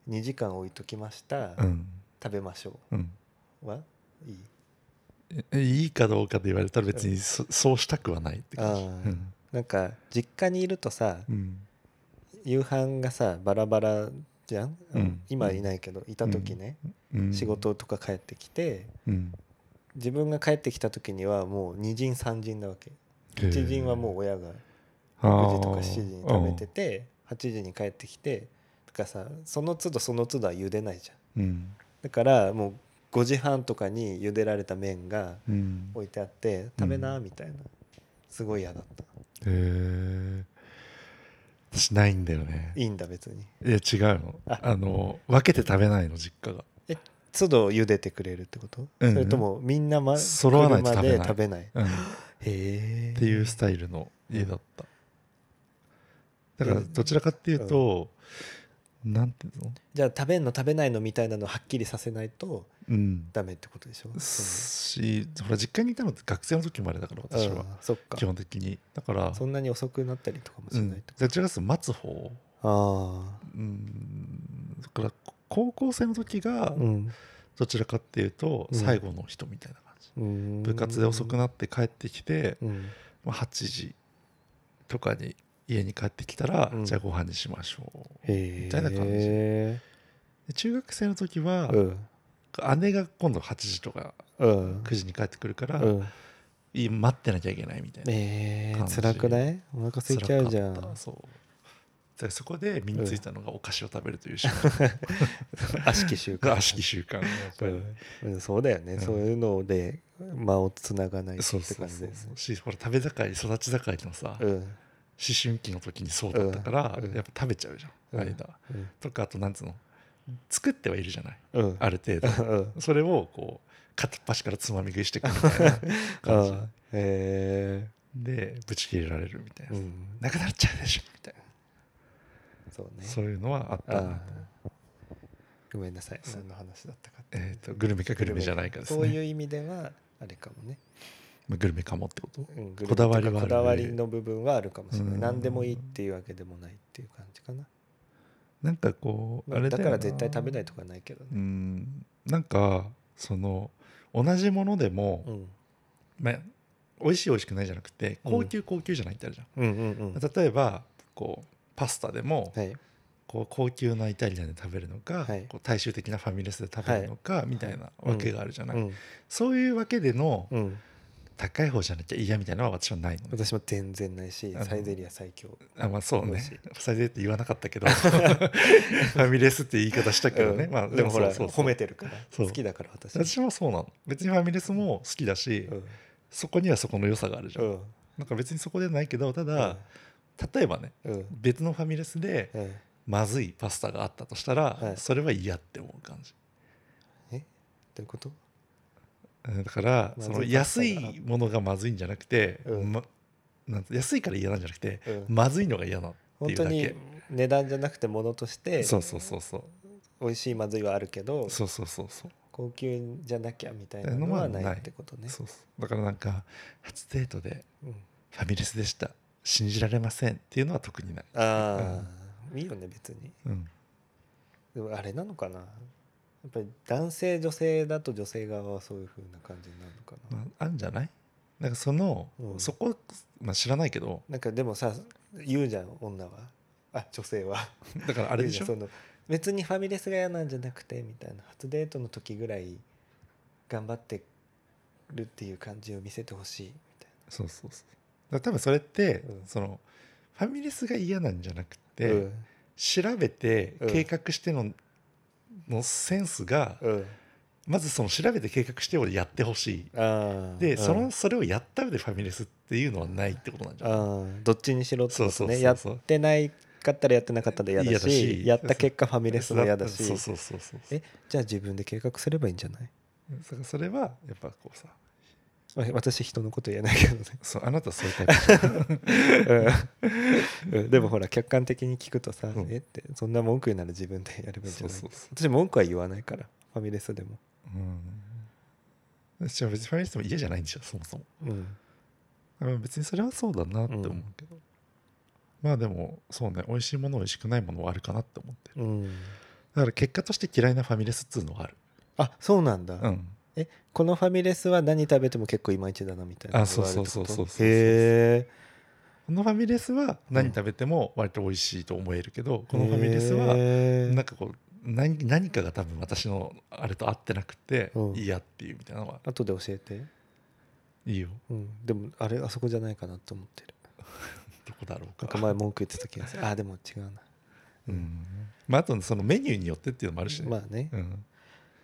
Speaker 2: 2時間置いときました、
Speaker 1: うん
Speaker 2: 食べましょ
Speaker 1: うん
Speaker 2: うはいい
Speaker 1: えいいかどうかで言われたら別にそ,、そうしたくはないって感じ、
Speaker 2: あ
Speaker 1: う
Speaker 2: ー
Speaker 1: ん
Speaker 2: なんか実家にいるとさ
Speaker 1: うん
Speaker 2: 夕飯がさバラバラじゃん、
Speaker 1: うん
Speaker 2: 今いないけどいた時ね、
Speaker 1: うん
Speaker 2: 仕事とか帰ってきて
Speaker 1: うん
Speaker 2: 自分が帰ってきた時にはもう二陣三陣なわけ一陣はもう親が6時とか7時に食べてて8時に帰ってきてだからさその都度その都度は茹でないじゃん
Speaker 1: うん
Speaker 2: だからもう5時半とかに茹でられた麺が
Speaker 1: うん
Speaker 2: 置いてあって食べなみたいなすごい嫌だった
Speaker 1: へえ私ないんだよね
Speaker 2: いいんだ別に
Speaker 1: いや違うの
Speaker 2: あ
Speaker 1: あの分けて食べないの実家が
Speaker 2: 都度茹でてくれるってこと
Speaker 1: うん
Speaker 2: それともみんなま
Speaker 1: 揃わないと食
Speaker 2: 車
Speaker 1: べない
Speaker 2: で食べないへ
Speaker 1: うんっ
Speaker 2: え
Speaker 1: ていうスタイルの家だっただからどちらかっていうとなんていうの
Speaker 2: じゃあ食べんの食べないのみたいなのはっきりさせないと
Speaker 1: うん
Speaker 2: ダメってことでしょそ
Speaker 1: しほら実家にいたのって学生の時までだから
Speaker 2: の
Speaker 1: 私は
Speaker 2: あーそっか
Speaker 1: 基本的にだから
Speaker 2: そんなに遅くなったりとかもし
Speaker 1: う
Speaker 2: ない
Speaker 1: ん
Speaker 2: と
Speaker 1: どちらかというと待つ方
Speaker 2: あ
Speaker 1: うんだから高校生の時
Speaker 2: あ
Speaker 1: が
Speaker 2: うん
Speaker 1: どちらかっていうと
Speaker 2: うん
Speaker 1: 最後の人みたいな感じ、
Speaker 2: 部
Speaker 1: 部活で遅く
Speaker 2: な
Speaker 1: なって帰ってきて、
Speaker 2: うん
Speaker 1: まあ、8時とかに家に帰ってきたら、
Speaker 2: うん
Speaker 1: じゃあご飯にしましょう
Speaker 2: へ
Speaker 1: みたいな感じ
Speaker 2: え
Speaker 1: で中学生の時は、
Speaker 2: うん
Speaker 1: 姉が今度8時とか
Speaker 2: うん
Speaker 1: 9時に帰ってくるから、
Speaker 2: うん
Speaker 1: いい待ってなきゃいけないみたいな、
Speaker 2: えー
Speaker 1: 感じ
Speaker 2: 辛くないお腹空いちゃうじゃ
Speaker 1: 辛かった
Speaker 2: ん
Speaker 1: そうだからそこで身についたのがお菓子を食べるという習慣
Speaker 2: 悪しき習慣
Speaker 1: が 悪しき習慣
Speaker 2: うんうんそうだよね
Speaker 1: ん
Speaker 2: そういうので間をつながないと
Speaker 1: そう
Speaker 2: って
Speaker 1: そう
Speaker 2: 感じ
Speaker 1: そう
Speaker 2: ですね
Speaker 1: しほら食べ盛り育ち盛りのさ、
Speaker 2: う
Speaker 1: 思
Speaker 2: ん
Speaker 1: 春期の時にそうだったから、
Speaker 2: うん
Speaker 1: やっぱ食べちゃうじゃん、
Speaker 2: うん
Speaker 1: 間
Speaker 2: うん
Speaker 1: とかあとなんつうの作ってはいるじゃない
Speaker 2: うん
Speaker 1: ある程度
Speaker 2: うん
Speaker 1: それをこう片っ端からつまみ食いしてくみたいな感じ
Speaker 2: あーへ
Speaker 1: でぶち切れられるみたい
Speaker 2: えう
Speaker 1: な、
Speaker 2: ん
Speaker 1: なくなっちゃうでしょみたい
Speaker 2: そう
Speaker 1: な、
Speaker 2: ね
Speaker 1: そういうのはあったなと
Speaker 2: あごめんなさい何の話だったか
Speaker 1: えー、とグルメかグルメじゃないかですね
Speaker 2: そういうう意味ではあれかもね
Speaker 1: グルメかもってこと
Speaker 2: うんグルメとか
Speaker 1: こだわりはある
Speaker 2: こだわりの部分はあるかもしれな
Speaker 1: う
Speaker 2: い
Speaker 1: ん
Speaker 2: 何でもいいっていうわけでもないっていう感じかな
Speaker 1: なんかこう
Speaker 2: ま
Speaker 1: あ
Speaker 2: あ
Speaker 1: れ
Speaker 2: だ
Speaker 1: よ
Speaker 2: か
Speaker 1: な
Speaker 2: ら絶対食べないとかないけど
Speaker 1: う
Speaker 2: ね
Speaker 1: んなんかその同じものでも、
Speaker 2: うん
Speaker 1: まあ、美味しい美味しくないじゃなくて
Speaker 2: うん
Speaker 1: 高級高級じゃないってあるじゃん、
Speaker 2: うんうんうん
Speaker 1: 例えばこうパスタでも、
Speaker 2: はい
Speaker 1: こう高級なイタリアンで食べるのか、
Speaker 2: はい
Speaker 1: こう大衆的なファミレスで食べるのか、みたいなわけがあるじゃない、
Speaker 2: うん
Speaker 1: そういうわけでの
Speaker 2: うん
Speaker 1: 高い方じゃなきゃ嫌みたいなのは私はないので、
Speaker 2: 私も全然ないし
Speaker 1: あの
Speaker 2: サイゼリア最強
Speaker 1: あまあそう
Speaker 2: 美
Speaker 1: ね
Speaker 2: 味しい
Speaker 1: サイゼって言わなかった けどファミレスって言い方したけどね、
Speaker 2: うん
Speaker 1: まあ
Speaker 2: でもほら
Speaker 1: そうそうそ
Speaker 2: 褒
Speaker 1: う
Speaker 2: めてるから
Speaker 1: そう
Speaker 2: 好きだから私
Speaker 1: 私もそうなの別にファミレスも好きだし、
Speaker 2: うん
Speaker 1: そこにはそこの良さがあるじゃん、
Speaker 2: うん
Speaker 1: なんか別にそこではないけどただ、例えばね
Speaker 2: うん
Speaker 1: 別のファミレスで
Speaker 2: うん
Speaker 1: まずいパスタがあったとしたら、
Speaker 2: はい
Speaker 1: それは嫌って思う感じ
Speaker 2: どういうこと
Speaker 1: うんだから
Speaker 2: まずい
Speaker 1: その
Speaker 2: パスタが
Speaker 1: 安いものがまずいんじゃなくて、
Speaker 2: うん
Speaker 1: まなんて安いから嫌なんじゃなくて、
Speaker 2: うん
Speaker 1: まずいのが嫌なってい
Speaker 2: 本
Speaker 1: うだ
Speaker 2: 当
Speaker 1: け
Speaker 2: に値段じゃなくてものとして
Speaker 1: そうそうそうそう
Speaker 2: 美味しいまずいはあるけど
Speaker 1: そうそうそうそう
Speaker 2: 高級じゃなきゃみたいなのはないってことね
Speaker 1: そうそうだからなんか初デートで
Speaker 2: うん
Speaker 1: ファミレスでした信じられませんっていうのは特にない、
Speaker 2: ああいいよね別に
Speaker 1: うん、
Speaker 2: でもあれなのかなやっぱり男性女性だと女性側はそういう風な感じになるのかな、
Speaker 1: まああるんじゃないなんかその、
Speaker 2: うん
Speaker 1: そこ、まあ、知らないけど
Speaker 2: なんかでもさ言うじゃん女はあ女性は
Speaker 1: だからあれでし
Speaker 2: 言
Speaker 1: ょ
Speaker 2: うじゃんその別にファミレスが嫌なんじゃなくてみたいな初デートの時ぐらい頑張ってるっていう感じを見せてほしいみたい
Speaker 1: そうそうそうだから多分それって、
Speaker 2: うん
Speaker 1: そのファミレスが嫌なんじゃなくて、
Speaker 2: な
Speaker 1: 調べて
Speaker 2: うん
Speaker 1: 計画しての,、のセンスが、
Speaker 2: うんうん
Speaker 1: まずその調べて計画してをやってほしい
Speaker 2: あー
Speaker 1: で、
Speaker 2: うん
Speaker 1: そのそれをやった上でファミレスっていうのはないってことなんじゃ
Speaker 2: あ
Speaker 1: ない
Speaker 2: ーどっちにしろってこと
Speaker 1: そうそうそうそう
Speaker 2: ねやってないかったらやってなかったで嫌だ
Speaker 1: 嫌
Speaker 2: し
Speaker 1: だし
Speaker 2: やった結果ファミレスも嫌だし
Speaker 1: そうそうそうそう
Speaker 2: えじゃあ自分で計画すればいいんじゃない
Speaker 1: だからそれはやっぱこうさ
Speaker 2: わ私人のこと言えないけどね
Speaker 1: そうあなたそういうタイプじゃん
Speaker 2: うんうんでもほら客観的に聞くとさ、
Speaker 1: うん
Speaker 2: えってそんな文句になる自分でやればいいんじ
Speaker 1: そ
Speaker 2: ゃ
Speaker 1: う
Speaker 2: ない
Speaker 1: そうそ
Speaker 2: 私 文句は言わないからファミレスでも、
Speaker 1: ううん私は別にファミレスでも嫌じゃないんでしょそもそも
Speaker 2: うん、
Speaker 1: あ別にそれはそうだなって思うけど、まあでもそうね美味しいもの美味しくないものはあるかなって思ってるだから結果として嫌いなファミレスっつうのはある
Speaker 2: あそうなんだ、
Speaker 1: うん
Speaker 2: えこのファミレスは何食べても結構いまいちだなみたいな
Speaker 1: あそうそうそうそうそうそうそう
Speaker 2: へえ
Speaker 1: このファミレスは何食べても割と美味しいと思えるけど、このファミレスは
Speaker 2: な
Speaker 1: なんんかこう何何かが多分私のあれと合ってなくて
Speaker 2: うん
Speaker 1: 嫌っていうみたいなのは
Speaker 2: 後で教えて、
Speaker 1: いいよ
Speaker 2: うん、でもあれあそこじゃないかなと思ってる
Speaker 1: どこだろう
Speaker 2: なん
Speaker 1: か
Speaker 2: か前文句言ってた気がするあーでも違うな
Speaker 1: うんまあ、あとそのメニューによってっていうのもあるしね、
Speaker 2: まあね、
Speaker 1: うん、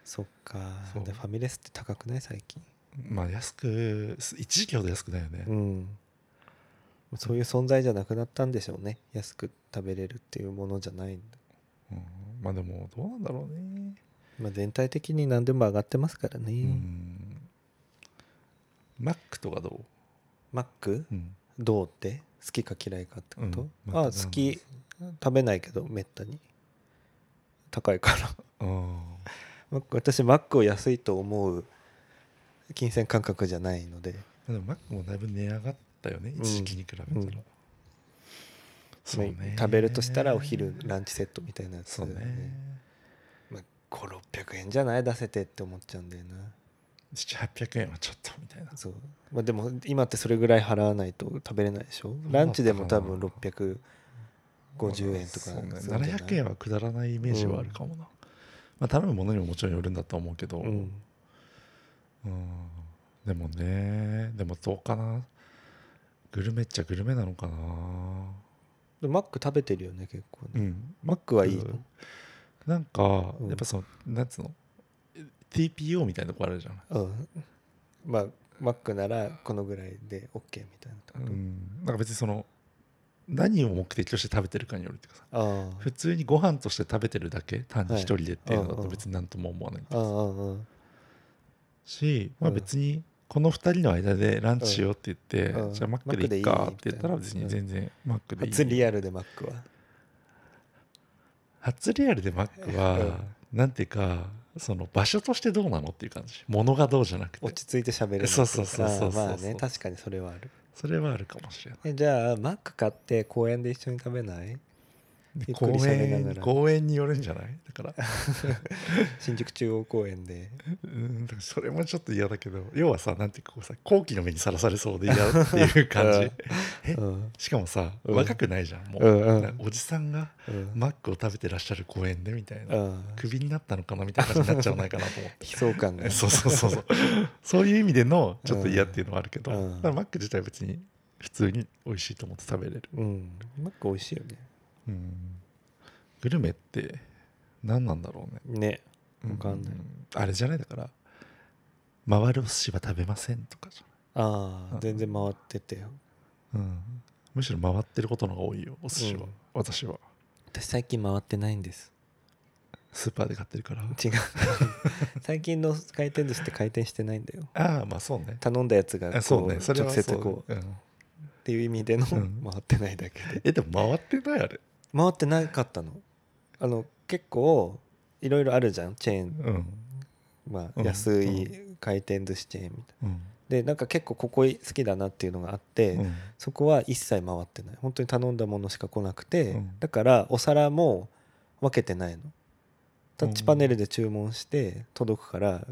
Speaker 2: そっか
Speaker 1: そう
Speaker 2: でファミレスって高くない最近
Speaker 1: まあ安く一時期ほど安くないよね、
Speaker 2: うんそういう存在じゃなくなったんでしょうね安く食べれるっていうものじゃないんだ
Speaker 1: うんまあでもどうなんだろうね
Speaker 2: まあ、全体的に何でも上がってますから
Speaker 1: う
Speaker 2: ね、
Speaker 1: んマックとかど
Speaker 2: マック
Speaker 1: う、うん
Speaker 2: どうって好きか嫌いかってこと、
Speaker 1: うんま
Speaker 2: あ
Speaker 1: あ
Speaker 2: あ好き食べないけどめったに高いから
Speaker 1: あ
Speaker 2: マック私マックを安いと思う金銭感覚じゃないので
Speaker 1: ーでもマックもだいぶ値上がったよね
Speaker 2: うん
Speaker 1: 一時期に比べたら、
Speaker 2: うん
Speaker 1: そう
Speaker 2: ま
Speaker 1: ね
Speaker 2: あ食べるとしたらお昼ランチセットみたいなやつ
Speaker 1: そうね
Speaker 2: まあ、5600円じゃない出せてって思っちゃうんだよな
Speaker 1: 700800円はちょっとみたいな
Speaker 2: そう、まあ、でも今ってそれぐらい払わないと食べれないでしょ
Speaker 1: うだったかな
Speaker 2: ランチでも多分650円とか
Speaker 1: そうね
Speaker 2: するんじゃない
Speaker 1: 700円はくだらないイメージはあるかもな、まあ、頼むものにももちろんよるんだとは思うけど、
Speaker 2: うん
Speaker 1: うんでもねでもどうかなグルメっちゃグルメなのかな
Speaker 2: でマック食べてるよね結構
Speaker 1: う
Speaker 2: ね、
Speaker 1: ん
Speaker 2: マックはいいの
Speaker 1: なんか、
Speaker 2: うん
Speaker 1: やっぱそのなんつうの TPO みたいなとこあるじゃん、
Speaker 2: うんまあマックならこのぐらいで OK みたいなとこ
Speaker 1: う
Speaker 2: ろ、
Speaker 1: ん、なんか別にその何を目的として食べてるかによるっていうかさ
Speaker 2: ああ
Speaker 1: 普通にご飯として食べてるだけ単に一人でっていうのだ
Speaker 2: はいうんう
Speaker 1: と
Speaker 2: ん
Speaker 1: 別になんとも思わない
Speaker 2: あああ
Speaker 1: し、まあ、
Speaker 2: うん
Speaker 1: 別にこの2人の間でランチしようって言って、
Speaker 2: うん
Speaker 1: じゃあマックでいいかって言ったら
Speaker 2: マックでいいみたい
Speaker 1: 別
Speaker 2: な
Speaker 1: に全然マックでいい、
Speaker 2: 初リアルでマックは
Speaker 1: 初リアルでマックは、なんていうかその場所としてどうなのっていう感じ物がどうじゃなくて
Speaker 2: 落ち着いて喋れる
Speaker 1: そうそうそうそうそう
Speaker 2: まあね確かにそれはある
Speaker 1: それはあるかもしれない
Speaker 2: えじゃあマック買って公園で一緒に食べない
Speaker 1: で
Speaker 2: ゆっく
Speaker 1: 公
Speaker 2: り喋りながら
Speaker 1: 園公園によるんじゃないだから
Speaker 2: 新宿中央公園で
Speaker 1: うんだからそれもちょっと嫌だけど要はさなんていうかこうさ好奇の目にさらされそうで嫌って いう感
Speaker 2: う
Speaker 1: じ
Speaker 2: ん
Speaker 1: え
Speaker 2: うん
Speaker 1: しかもさ、
Speaker 2: うん
Speaker 1: 若くないじゃんもう、
Speaker 2: うんうん
Speaker 1: なんかおじさんが
Speaker 2: うん
Speaker 1: マックを食べてらっしゃる公園でみたいな、
Speaker 2: うん
Speaker 1: クビになったのかなみたいな感じになっちゃわないかな と思って。
Speaker 2: 悲壮感が
Speaker 1: そうそうそうそうそういう意味でのちょっと嫌っていうのはあるけど、
Speaker 2: うんうん
Speaker 1: だからマック自体は別に普通に美味しいと思って食べれる、
Speaker 2: うんマック美味しいよね
Speaker 1: うんグルメって何なんだろうね
Speaker 2: ね
Speaker 1: う
Speaker 2: わかんない
Speaker 1: あれじゃないだから回るお寿司は食べませんとかじ
Speaker 2: あ
Speaker 1: う
Speaker 2: あ
Speaker 1: ん
Speaker 2: 全然回ってて
Speaker 1: ゃん、うん、むしろ回ってることの方が多いよお寿司は、
Speaker 2: うん
Speaker 1: 私は
Speaker 2: 私最近回ってないんです
Speaker 1: スーパーで買ってるから
Speaker 2: 違う最近の回転寿司って回転してないんだよ
Speaker 1: ああまあそうね
Speaker 2: 頼んだやつが
Speaker 1: あそ
Speaker 2: こ
Speaker 1: う
Speaker 2: う
Speaker 1: ねそれは
Speaker 2: 直接こう
Speaker 1: そう、うん
Speaker 2: っていう意味での回
Speaker 1: ん
Speaker 2: ってないだけで
Speaker 1: えでも回ってないあれ
Speaker 2: 回ってなかったのあの結構いろいろあるじゃんチェーン、
Speaker 1: うん
Speaker 2: まあ、
Speaker 1: うん
Speaker 2: 安い回転寿司チェーンみたいな
Speaker 1: うん
Speaker 2: でなんか結構ここ好きだなっていうのがあって、
Speaker 1: うん
Speaker 2: そこは一切回ってない本当に頼んだものしか来なくて、
Speaker 1: うん
Speaker 2: だからお皿も分けてないのタッチパネルで注文して届くから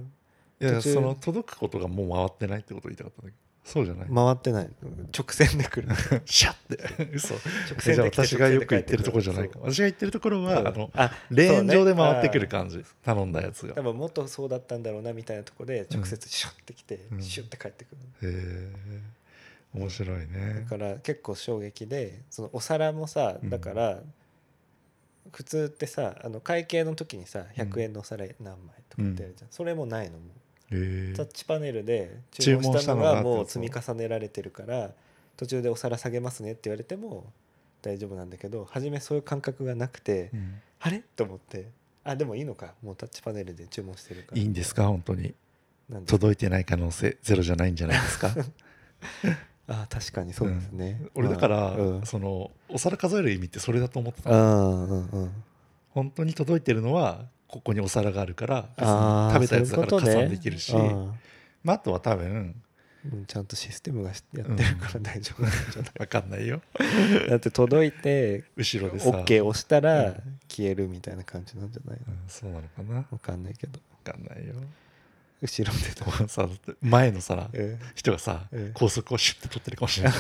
Speaker 1: いや
Speaker 2: 途中
Speaker 1: その届くことがもう回ってないってことを言いたかったんだけどそうじゃない、
Speaker 2: 回ってないの直線で来 る
Speaker 1: シャッて 嘘
Speaker 2: 直
Speaker 1: じゃあ
Speaker 2: 来て
Speaker 1: 私がよく
Speaker 2: 直
Speaker 1: 行っ
Speaker 2: 線で帰
Speaker 1: てるところじゃないか私が行ってるところ
Speaker 2: そう
Speaker 1: は、
Speaker 2: うん
Speaker 1: あの
Speaker 2: あ
Speaker 1: レーン上
Speaker 2: そうね
Speaker 1: で回ってくる感じ、頼んだやつ
Speaker 2: あー
Speaker 1: が
Speaker 2: 多
Speaker 1: へ
Speaker 2: 分もっとそうだったんだろうなみたいなとこで直接シュッて来て、
Speaker 1: うん
Speaker 2: シュッて帰ってくる
Speaker 1: え面白い
Speaker 2: だ
Speaker 1: ね
Speaker 2: から結構衝撃でそのお皿もさ
Speaker 1: うん
Speaker 2: だから普通ってさあの会計の時にさ100円のお皿何枚とかってあるじゃん、それもないのも
Speaker 1: へえ
Speaker 2: うタッチパネルで注
Speaker 1: 注
Speaker 2: 文
Speaker 1: 文
Speaker 2: し
Speaker 1: したた
Speaker 2: の
Speaker 1: の
Speaker 2: が
Speaker 1: が
Speaker 2: もう積み重ねられてるから途中でお皿下げますねって言われても大丈夫なんだけど初めそういう感覚がなくて、
Speaker 1: うん
Speaker 2: あれと思ってあでもいいのかもうタッチパネルで注文してるから
Speaker 1: いいんですか本当に
Speaker 2: なんで
Speaker 1: 届いてない可能性ゼロじゃないんじゃないですか
Speaker 2: あ確かにそうですね、
Speaker 1: 俺だから、
Speaker 2: まあうん、
Speaker 1: そのお皿数える意味ってそれだと思ってた
Speaker 2: あーうんうん
Speaker 1: 本当に届いてるのはここにお皿があるから別
Speaker 2: あー
Speaker 1: に食べたやつだから
Speaker 2: そう
Speaker 1: 加
Speaker 2: いうことね
Speaker 1: 算できるし
Speaker 2: あー
Speaker 1: まあ、あとは多分
Speaker 2: うんちゃんとシステムがしやってるから大丈夫なんじゃな
Speaker 1: わかんないよ
Speaker 2: いだって届いて
Speaker 1: 後ろでさ、
Speaker 2: OK 押した
Speaker 1: う
Speaker 2: ら
Speaker 1: ん
Speaker 2: 消えるみたいな感じなんじゃないの
Speaker 1: うんそうなのかなわ
Speaker 2: わかんないけど
Speaker 1: かんないよ
Speaker 2: 後ろでと
Speaker 1: こうさ前のさ
Speaker 2: うん
Speaker 1: 人がさ
Speaker 2: うん
Speaker 1: 高速をシュッて取ってるかもしれな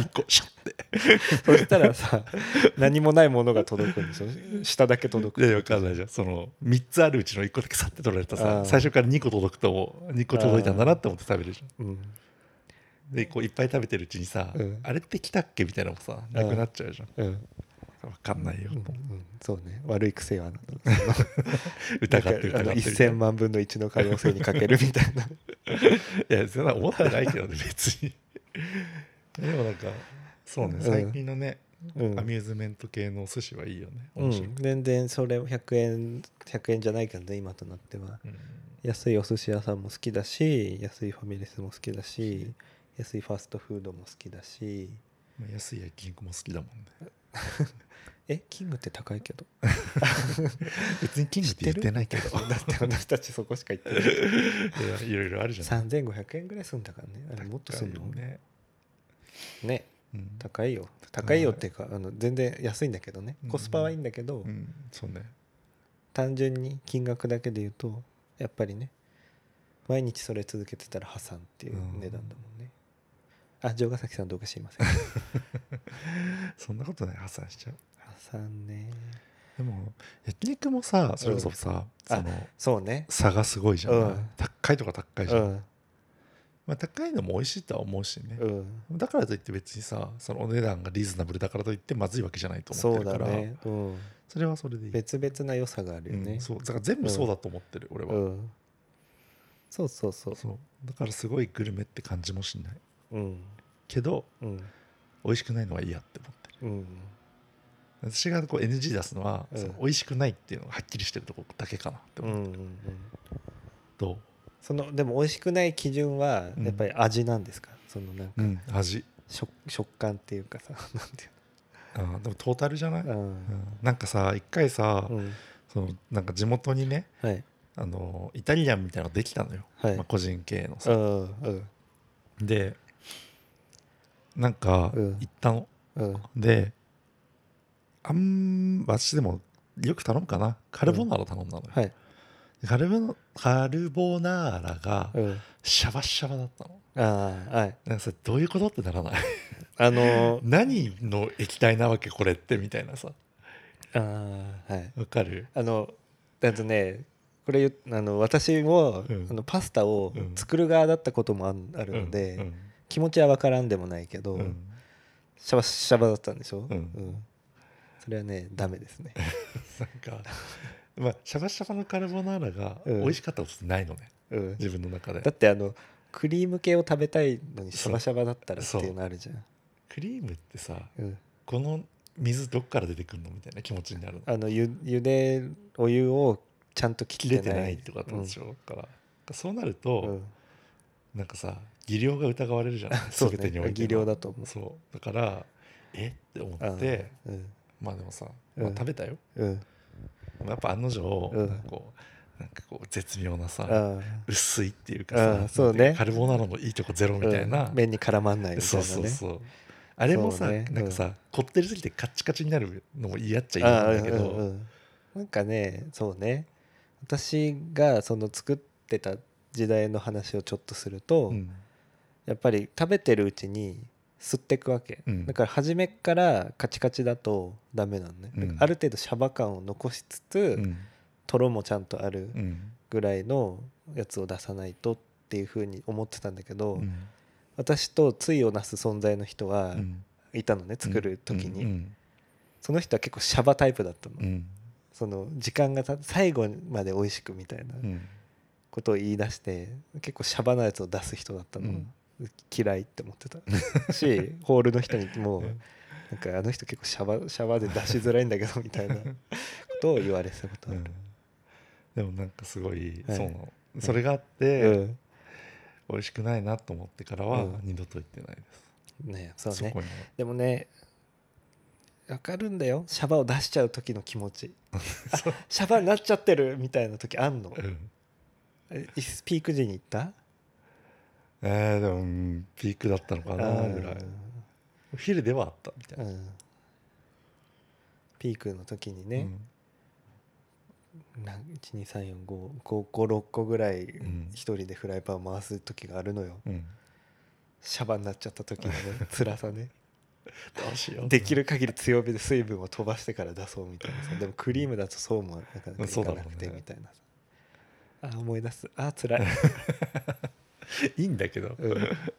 Speaker 1: い 一個シュッて
Speaker 2: そしたらさ何もないものが届くんでしょ下だけ届く
Speaker 1: いやわかんないじゃんその3つあるうちの1個だけさって取られた
Speaker 2: あ
Speaker 1: さ
Speaker 2: ー
Speaker 1: 最初から2個届くとも2個届いたんだなって思って食べるじゃん
Speaker 2: うん
Speaker 1: でこういっぱい食べてるうちにさ、
Speaker 2: うん
Speaker 1: あれって来たっけみたいなのもさなくなっちゃうじゃん、
Speaker 2: うん、うん
Speaker 1: わかんないよ、
Speaker 2: うんそうね悪い癖は
Speaker 1: 疑って疑って
Speaker 2: あの
Speaker 1: みたい
Speaker 2: 1000万分の1の可能性にかけるみたいな
Speaker 1: いやそんな思ってないけどね別にでもなんかそうね
Speaker 2: うん
Speaker 1: 最近のね、
Speaker 2: うん
Speaker 1: アミューズメント系のお寿司はいいよね
Speaker 2: う
Speaker 1: 面白い、
Speaker 2: ん、全然それ100円100円じゃないけどね今となっては
Speaker 1: うん
Speaker 2: 安いお寿司屋さんも好きだし安いファミレスも好きだし安いファストフードも好きだし
Speaker 1: まあ安い焼肉も好きだもんね
Speaker 2: えキングって高いけど
Speaker 1: 別に金額って言ってないけど
Speaker 2: だって私たちそこしか行ってない
Speaker 1: いやいろいろあるじゃん
Speaker 2: 3500円ぐらいすんだからねあれもっとすんの
Speaker 1: 高いよ
Speaker 2: ね
Speaker 1: ね、うん
Speaker 2: 高いよ高いよっていうかあの全然安いんだけどね
Speaker 1: うん
Speaker 2: コスパはいいんだけど、
Speaker 1: うん、そうね
Speaker 2: 単純に金額だけで言うとやっぱりね毎日それ続けてたら破産っていう値段だもんね、あ城ヶ崎さんどうか知りま せん破
Speaker 1: そんなことない破産しちゃう
Speaker 2: 産ね
Speaker 1: でも焼肉もさそれこそさ、
Speaker 2: うん
Speaker 1: その
Speaker 2: そうね
Speaker 1: 差がすごいじゃん、
Speaker 2: うん
Speaker 1: 高いとか高いじ
Speaker 2: う
Speaker 1: ゃん、
Speaker 2: ん
Speaker 1: まあ、高いのも美味しいとは思うしね
Speaker 2: う、ん
Speaker 1: だからといって別にさそのお値段がリーズナブルだからといってまずいわけじゃないと思っ
Speaker 2: そ
Speaker 1: て
Speaker 2: う
Speaker 1: るか
Speaker 2: だ
Speaker 1: らそ,、
Speaker 2: ね、うん、
Speaker 1: れはそれでいい、
Speaker 2: 別々な良さがあるよね、
Speaker 1: うんそうだから全部そうだと思ってる、俺は、
Speaker 2: うんそうそうそう
Speaker 1: そうだからすごいグルメって感じもしない
Speaker 2: うん
Speaker 1: けど
Speaker 2: うん
Speaker 1: 美味しくないのは嫌って思ってる
Speaker 2: うん
Speaker 1: 私がこう NG 出すのは、
Speaker 2: うん
Speaker 1: その美味しくないっていうのがはっきりしてるとこだけかなって
Speaker 2: うんう
Speaker 1: 思う、
Speaker 2: んうん
Speaker 1: ど
Speaker 2: そのでも美味しくない基準は
Speaker 1: うん
Speaker 2: やっぱり味なんですか、そのなんか
Speaker 1: う、うん、味
Speaker 2: 食食感っていうかさ なんていう
Speaker 1: あーでもトータルじゃない、
Speaker 2: の
Speaker 1: うんなんかさ一回さ、
Speaker 2: うん、うん、
Speaker 1: そのなんか地元にね
Speaker 2: はい
Speaker 1: あのイタリアンみたいなのできたのよ、
Speaker 2: はい
Speaker 1: まあ、個人経営の
Speaker 2: う
Speaker 1: さ、
Speaker 2: んうん
Speaker 1: でなんか
Speaker 2: うん
Speaker 1: 行ったの、
Speaker 2: うん
Speaker 1: であん私でもよく頼むかなカルボナーラ頼んだのよ、
Speaker 2: はい
Speaker 1: カルボナカルボナーラが
Speaker 2: うん
Speaker 1: シャバシャバだったの
Speaker 2: ああはい
Speaker 1: なんかそれどういうことってならない
Speaker 2: あのー
Speaker 1: 何の液体なわけこれってみたいなさ
Speaker 2: ああはい
Speaker 1: わかる
Speaker 2: あのだとねこれ言うあの私も、
Speaker 1: うん
Speaker 2: あのパスタを
Speaker 1: うん
Speaker 2: 作る側だったこともあんあるので、
Speaker 1: うん
Speaker 2: 気持ちは分からんでもないけど、
Speaker 1: うんうん
Speaker 2: シャバシャバだったんでしょ、
Speaker 1: うん
Speaker 2: それはねダメです ね
Speaker 1: なんか、まあ、シャバシャバのカルボナーラが
Speaker 2: うん
Speaker 1: 美味しかったことってないのね、
Speaker 2: うん
Speaker 1: 自分の中で
Speaker 2: だってあのクリーム系を食べたいのにシャバシャバだったらって
Speaker 1: そう
Speaker 2: いうのあるじゃん
Speaker 1: クリームってさ
Speaker 2: うん
Speaker 1: この水どっから出てくるのみたいな気持ちになるの
Speaker 2: あのゆゆでお湯をちゃんと切
Speaker 1: 切
Speaker 2: って
Speaker 1: れ
Speaker 2: ない
Speaker 1: てないってことでしょ、だからそうなると、
Speaker 2: うんうん
Speaker 1: なんかさ技量が疑われるじゃない
Speaker 2: そう
Speaker 1: 全てにおい
Speaker 2: ね
Speaker 1: て
Speaker 2: 技量だと思う
Speaker 1: そうだからえって思
Speaker 2: あ
Speaker 1: って
Speaker 2: うん
Speaker 1: まあでもさ、まあ
Speaker 2: うん
Speaker 1: 食べたよ
Speaker 2: うん
Speaker 1: やっぱ案の定、
Speaker 2: うん
Speaker 1: なんかこうなんかこう絶妙なさ、
Speaker 2: あ
Speaker 1: 薄いっていうかさ、
Speaker 2: うんそうね
Speaker 1: カルボナーラのいいとこゼロみたいな、
Speaker 2: うん麺に絡まんないみたいなね
Speaker 1: そうそうそうあれもさ、
Speaker 2: そうね
Speaker 1: なんかさ、こってりすぎてカッチカチになるのも嫌っちゃ
Speaker 2: あ
Speaker 1: 嫌なんだけど、
Speaker 2: うんうんうんなんかねそうね私がその作ってた時代の話をちょっとすると、
Speaker 1: うん
Speaker 2: やっぱり食べてるうちに吸ってくわけ、
Speaker 1: うん
Speaker 2: だから初めっからカチカチだとダメなのね、
Speaker 1: うん
Speaker 2: だからある程度シャバ感を残しつつ、
Speaker 1: うん
Speaker 2: とろもちゃんとある
Speaker 1: うん
Speaker 2: ぐらいのやつを出さないとっていうふうに思ってたんだけど、
Speaker 1: うん
Speaker 2: 私と対をなす存在の人は
Speaker 1: うん
Speaker 2: いたのね、作る時に、
Speaker 1: うん
Speaker 2: その人は結構シャバタイプだったの、
Speaker 1: うん
Speaker 2: その時間がた最後まで美味しくみたいな
Speaker 1: うん
Speaker 2: ことを言い出して結構シャバなやつを出す人だったの、
Speaker 1: うん
Speaker 2: 嫌いって思ってたしホールの人にもう
Speaker 1: うん
Speaker 2: なんかあの人結構シャバシャバで出しづらいんだけどみたいなことを言われてたことあ
Speaker 1: う
Speaker 2: る、
Speaker 1: んでもなんかすごい、
Speaker 2: はい
Speaker 1: そうなのそれがあって、美味しくないなと思ってからは
Speaker 2: うん
Speaker 1: 二度と行ってないです、
Speaker 2: うんねそう
Speaker 1: そ
Speaker 2: ね
Speaker 1: こには
Speaker 2: でもねわかるんだよシャバを出しちゃう時の気 持ちあシャバになっちゃってるみたいな時あんの
Speaker 1: うん
Speaker 2: えいつピーク時に行った
Speaker 1: えー、でもうんピークだったのかなぐらいお昼ではあったみたい
Speaker 2: うん
Speaker 1: な、
Speaker 2: うんピークの時に
Speaker 1: う
Speaker 2: ね、
Speaker 1: ん
Speaker 2: 1234556個ぐらい
Speaker 1: ん
Speaker 2: 一人でフライパン回す時があるのよ、
Speaker 1: うん、
Speaker 2: シャバになっちゃった時のね辛さね
Speaker 1: どうしよう
Speaker 2: できる限り強火で水分を飛ばしてから出そうみたいな さでもクリームだとそうもなかなかい
Speaker 1: そうだろ
Speaker 2: か
Speaker 1: う
Speaker 2: な
Speaker 1: ね
Speaker 2: くてみたいなさ、あ思い出すあ 辛い、
Speaker 1: いいんだけど、
Speaker 2: うん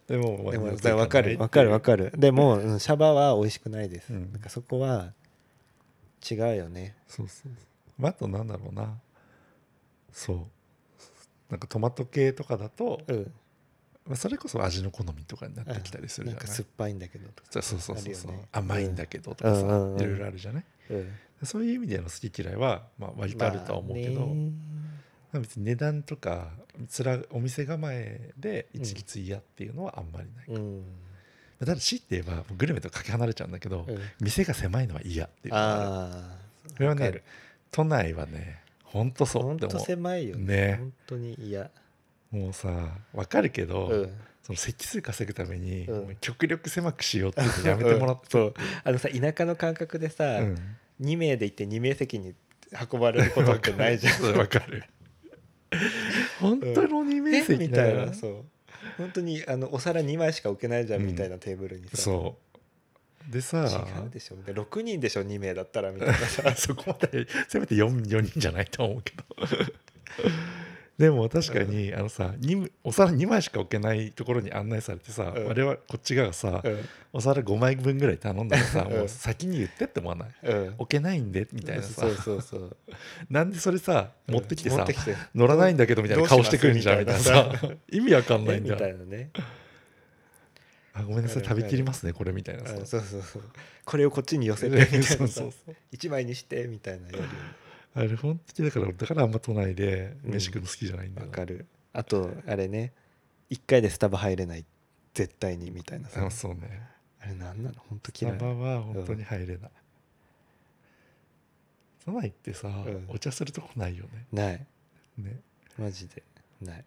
Speaker 1: でも
Speaker 2: でも
Speaker 1: まあ
Speaker 2: 分かる分かる
Speaker 1: か
Speaker 2: 分かるでも、うんシャバは美味しくないです、
Speaker 1: うん
Speaker 2: なんかそこは違うよね
Speaker 1: そうそうそうまああとなんだろうなそうなんかトマト系とかだと、
Speaker 2: うん
Speaker 1: まあ、それこそ味の好みとかになってきたりする
Speaker 2: な
Speaker 1: じ
Speaker 2: ん
Speaker 1: ゃない
Speaker 2: か酸っぱいんだけどとか
Speaker 1: そうそうそうそう、
Speaker 2: あるよね
Speaker 1: 甘いんだけどとかさ、
Speaker 2: うんうんうんうん
Speaker 1: いろいろあるじゃない
Speaker 2: うん
Speaker 1: そういう意味での好き嫌いは、まあ、割とあるとは思うけど、
Speaker 2: まあね
Speaker 1: 別に値段とかつらお店構えで一律嫌っていうのはあんまりない、
Speaker 2: うん
Speaker 1: ただ強いて言えばグルメとかけ離れちゃうんだけど、
Speaker 2: うん
Speaker 1: 店が狭いのは嫌っていうのがある
Speaker 2: ああ
Speaker 1: これは
Speaker 2: わか
Speaker 1: ね
Speaker 2: る
Speaker 1: 都内はねほんとそう
Speaker 2: ほん
Speaker 1: で
Speaker 2: と
Speaker 1: も
Speaker 2: 狭いよ
Speaker 1: ね
Speaker 2: 本当に嫌
Speaker 1: もうさわかるけど、
Speaker 2: うん
Speaker 1: その席数稼ぐために、
Speaker 2: うん
Speaker 1: もう極力狭くしようっていうのやめてもらって、
Speaker 2: そうあのさ田舎の感覚でさ、
Speaker 1: うん
Speaker 2: 2名で行って2名席に運ばれることってないじゃん
Speaker 1: そうわかる本当の二
Speaker 2: え
Speaker 1: 面積
Speaker 2: み
Speaker 1: だ
Speaker 2: たい
Speaker 1: よ
Speaker 2: なそう本当にあのお皿2枚しか置けないじゃん、
Speaker 1: うん
Speaker 2: みたいなテーブルにさ
Speaker 1: そうでさ
Speaker 2: 違うでしょみたいな6人でしょ2名だったらみたいなさ
Speaker 1: そこまでせめて 4, 4人じゃないと思うけどでも確かに、あのさにお皿2枚しか置けないところに案内されてさ、
Speaker 2: うん
Speaker 1: 我々こっち側がさ、
Speaker 2: うん
Speaker 1: お皿5枚分ぐらい頼んだらさ、
Speaker 2: うん
Speaker 1: もう先に言ってって思わない
Speaker 2: うん
Speaker 1: 置けないんでみたいなさ
Speaker 2: そうそうそう
Speaker 1: なんでそれさ 持ってきて
Speaker 2: 持
Speaker 1: さ
Speaker 2: ってきて
Speaker 1: 乗らないんだけどみたいな顔してくるんじゃんみ
Speaker 2: ど
Speaker 1: た
Speaker 2: う
Speaker 1: い
Speaker 2: し
Speaker 1: な
Speaker 2: ま
Speaker 1: さ
Speaker 2: す
Speaker 1: 意味わかんな
Speaker 2: え
Speaker 1: いん
Speaker 2: み
Speaker 1: だ
Speaker 2: たいなね
Speaker 1: あごめんなさい食べきりますねこれみたいなさ
Speaker 2: うんそうそうそうこれをこっちに寄せてみたいなさ
Speaker 1: そうそうそう
Speaker 2: 1枚にしてみたいなやるよね
Speaker 1: あれ本当にだからだからあんま都内で飯食うの好きじゃないんだ
Speaker 2: わ
Speaker 1: よな
Speaker 2: かるあとあれね1回でスタバ入れない絶対にみたいなさ
Speaker 1: あそうね
Speaker 2: あれなんなの本当
Speaker 1: ス
Speaker 2: 嫌
Speaker 1: タバ
Speaker 2: い
Speaker 1: は本当に入れない、都内ってさ、
Speaker 2: ん
Speaker 1: お茶するとこないよね
Speaker 2: ない
Speaker 1: ね
Speaker 2: マジでない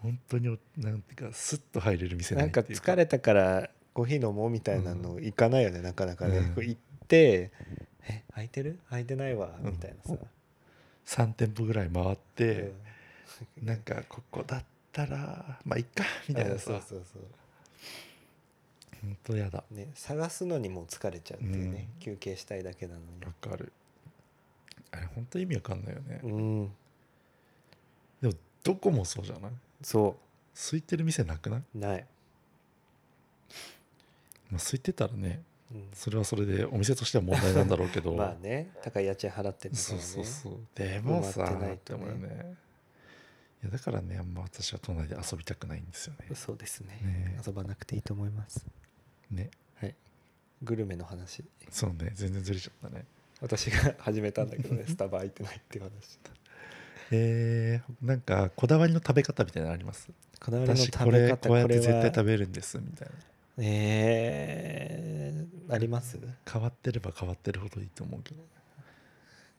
Speaker 1: 本当におなんていうかスッと入れる店な
Speaker 2: ない
Speaker 1: っ
Speaker 2: んか
Speaker 1: ていうか
Speaker 2: 疲れたからコーヒー飲もうみたいなの行かないよね、なかなかね、
Speaker 1: うん
Speaker 2: こう行って「え空いてる空いてないわ」
Speaker 1: うん
Speaker 2: みたいなさ、
Speaker 1: 3店舗ぐらい回って、
Speaker 2: うん
Speaker 1: なんかここだったらまあいっかみたいなさ
Speaker 2: うんそうそうそ
Speaker 1: 本当やだ
Speaker 2: うね探すのにもう疲れちゃうっていうね、
Speaker 1: うん
Speaker 2: 休憩したいだけなの
Speaker 1: わかるあれ本当意味わかんないよね、
Speaker 2: にうん
Speaker 1: でもどこもそうじゃない
Speaker 2: そ
Speaker 1: 空いてる店なくない、
Speaker 2: うない、
Speaker 1: まあ、空いてたらね
Speaker 2: うん
Speaker 1: それはそれでお店としては問題なんだろうけど
Speaker 2: まあね高い家賃払ってるか
Speaker 1: そ
Speaker 2: ら
Speaker 1: う
Speaker 2: ね
Speaker 1: そうそうでもさ
Speaker 2: 埋まってない
Speaker 1: って
Speaker 2: と
Speaker 1: 思
Speaker 2: ね
Speaker 1: うよねいやだからねあんま私は都内で遊びたくないんですよね
Speaker 2: そうですね
Speaker 1: ね
Speaker 2: 遊ばなくていいと思います
Speaker 1: ね
Speaker 2: はいグルメの話
Speaker 1: そうね全然ずれちゃったね
Speaker 2: 私が始めたんだけどねスタバ空いてないっていう話
Speaker 1: えー、なんかこだわりの食べ方みたいなのあります
Speaker 2: こだわりの
Speaker 1: 私
Speaker 2: 食
Speaker 1: こ
Speaker 2: べ
Speaker 1: れ
Speaker 2: 方
Speaker 1: こうやって絶
Speaker 2: は
Speaker 1: 対食べるんですみたいな
Speaker 2: えー、あります
Speaker 1: 変わってれば変わってるほどいいと思うけど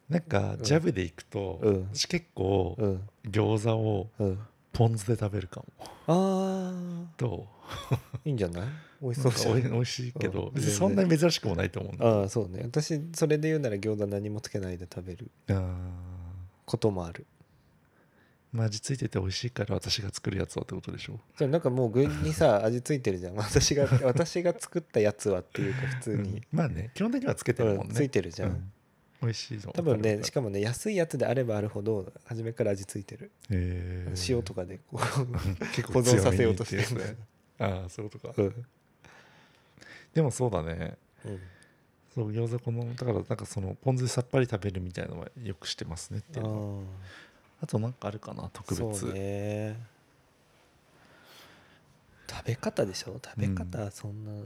Speaker 1: なんかジャブでいくと、
Speaker 2: うん
Speaker 1: 私結構
Speaker 2: うん
Speaker 1: 餃子を
Speaker 2: うん
Speaker 1: ポン酢で食べるかも
Speaker 2: あ
Speaker 1: ど
Speaker 2: あいいんじゃない美味
Speaker 1: う
Speaker 2: しそう
Speaker 1: なんかおい
Speaker 2: じゃん
Speaker 1: 美味しいけ
Speaker 2: う
Speaker 1: ど
Speaker 2: ん
Speaker 1: 別にそんなに珍しくもないと思うんだ
Speaker 2: ああそうね私それで言うなら餃子何もつけないで食べる
Speaker 1: あー
Speaker 2: こともある
Speaker 1: まあ味付いてて美味しいから私が作るやつはってことでしょ
Speaker 2: じゃあなんかもう具に さ味ついてるじゃん私が私が作ったやつはっていうか普通に、
Speaker 1: まあね基本的にはつけてるもん
Speaker 2: う
Speaker 1: ね
Speaker 2: んついてるじゃん
Speaker 1: うん美味しいの
Speaker 2: 多分ねし
Speaker 1: し
Speaker 2: かもね安いやつであればあるほど初めから味ついてる、塩とかでこう
Speaker 1: 結
Speaker 2: 保存させようとしてるん
Speaker 1: 強
Speaker 2: だ
Speaker 1: めにってやつね
Speaker 2: よ
Speaker 1: ああそういうことか、
Speaker 2: うん
Speaker 1: でもそうだね
Speaker 2: うん
Speaker 1: そう餃子このだからなんかそのポン酢でさっぱり食べるみたいなのはよくしてますねっていうのはあとなんかあるかな特別
Speaker 2: そうね食べ方でしょ食べ方はそんな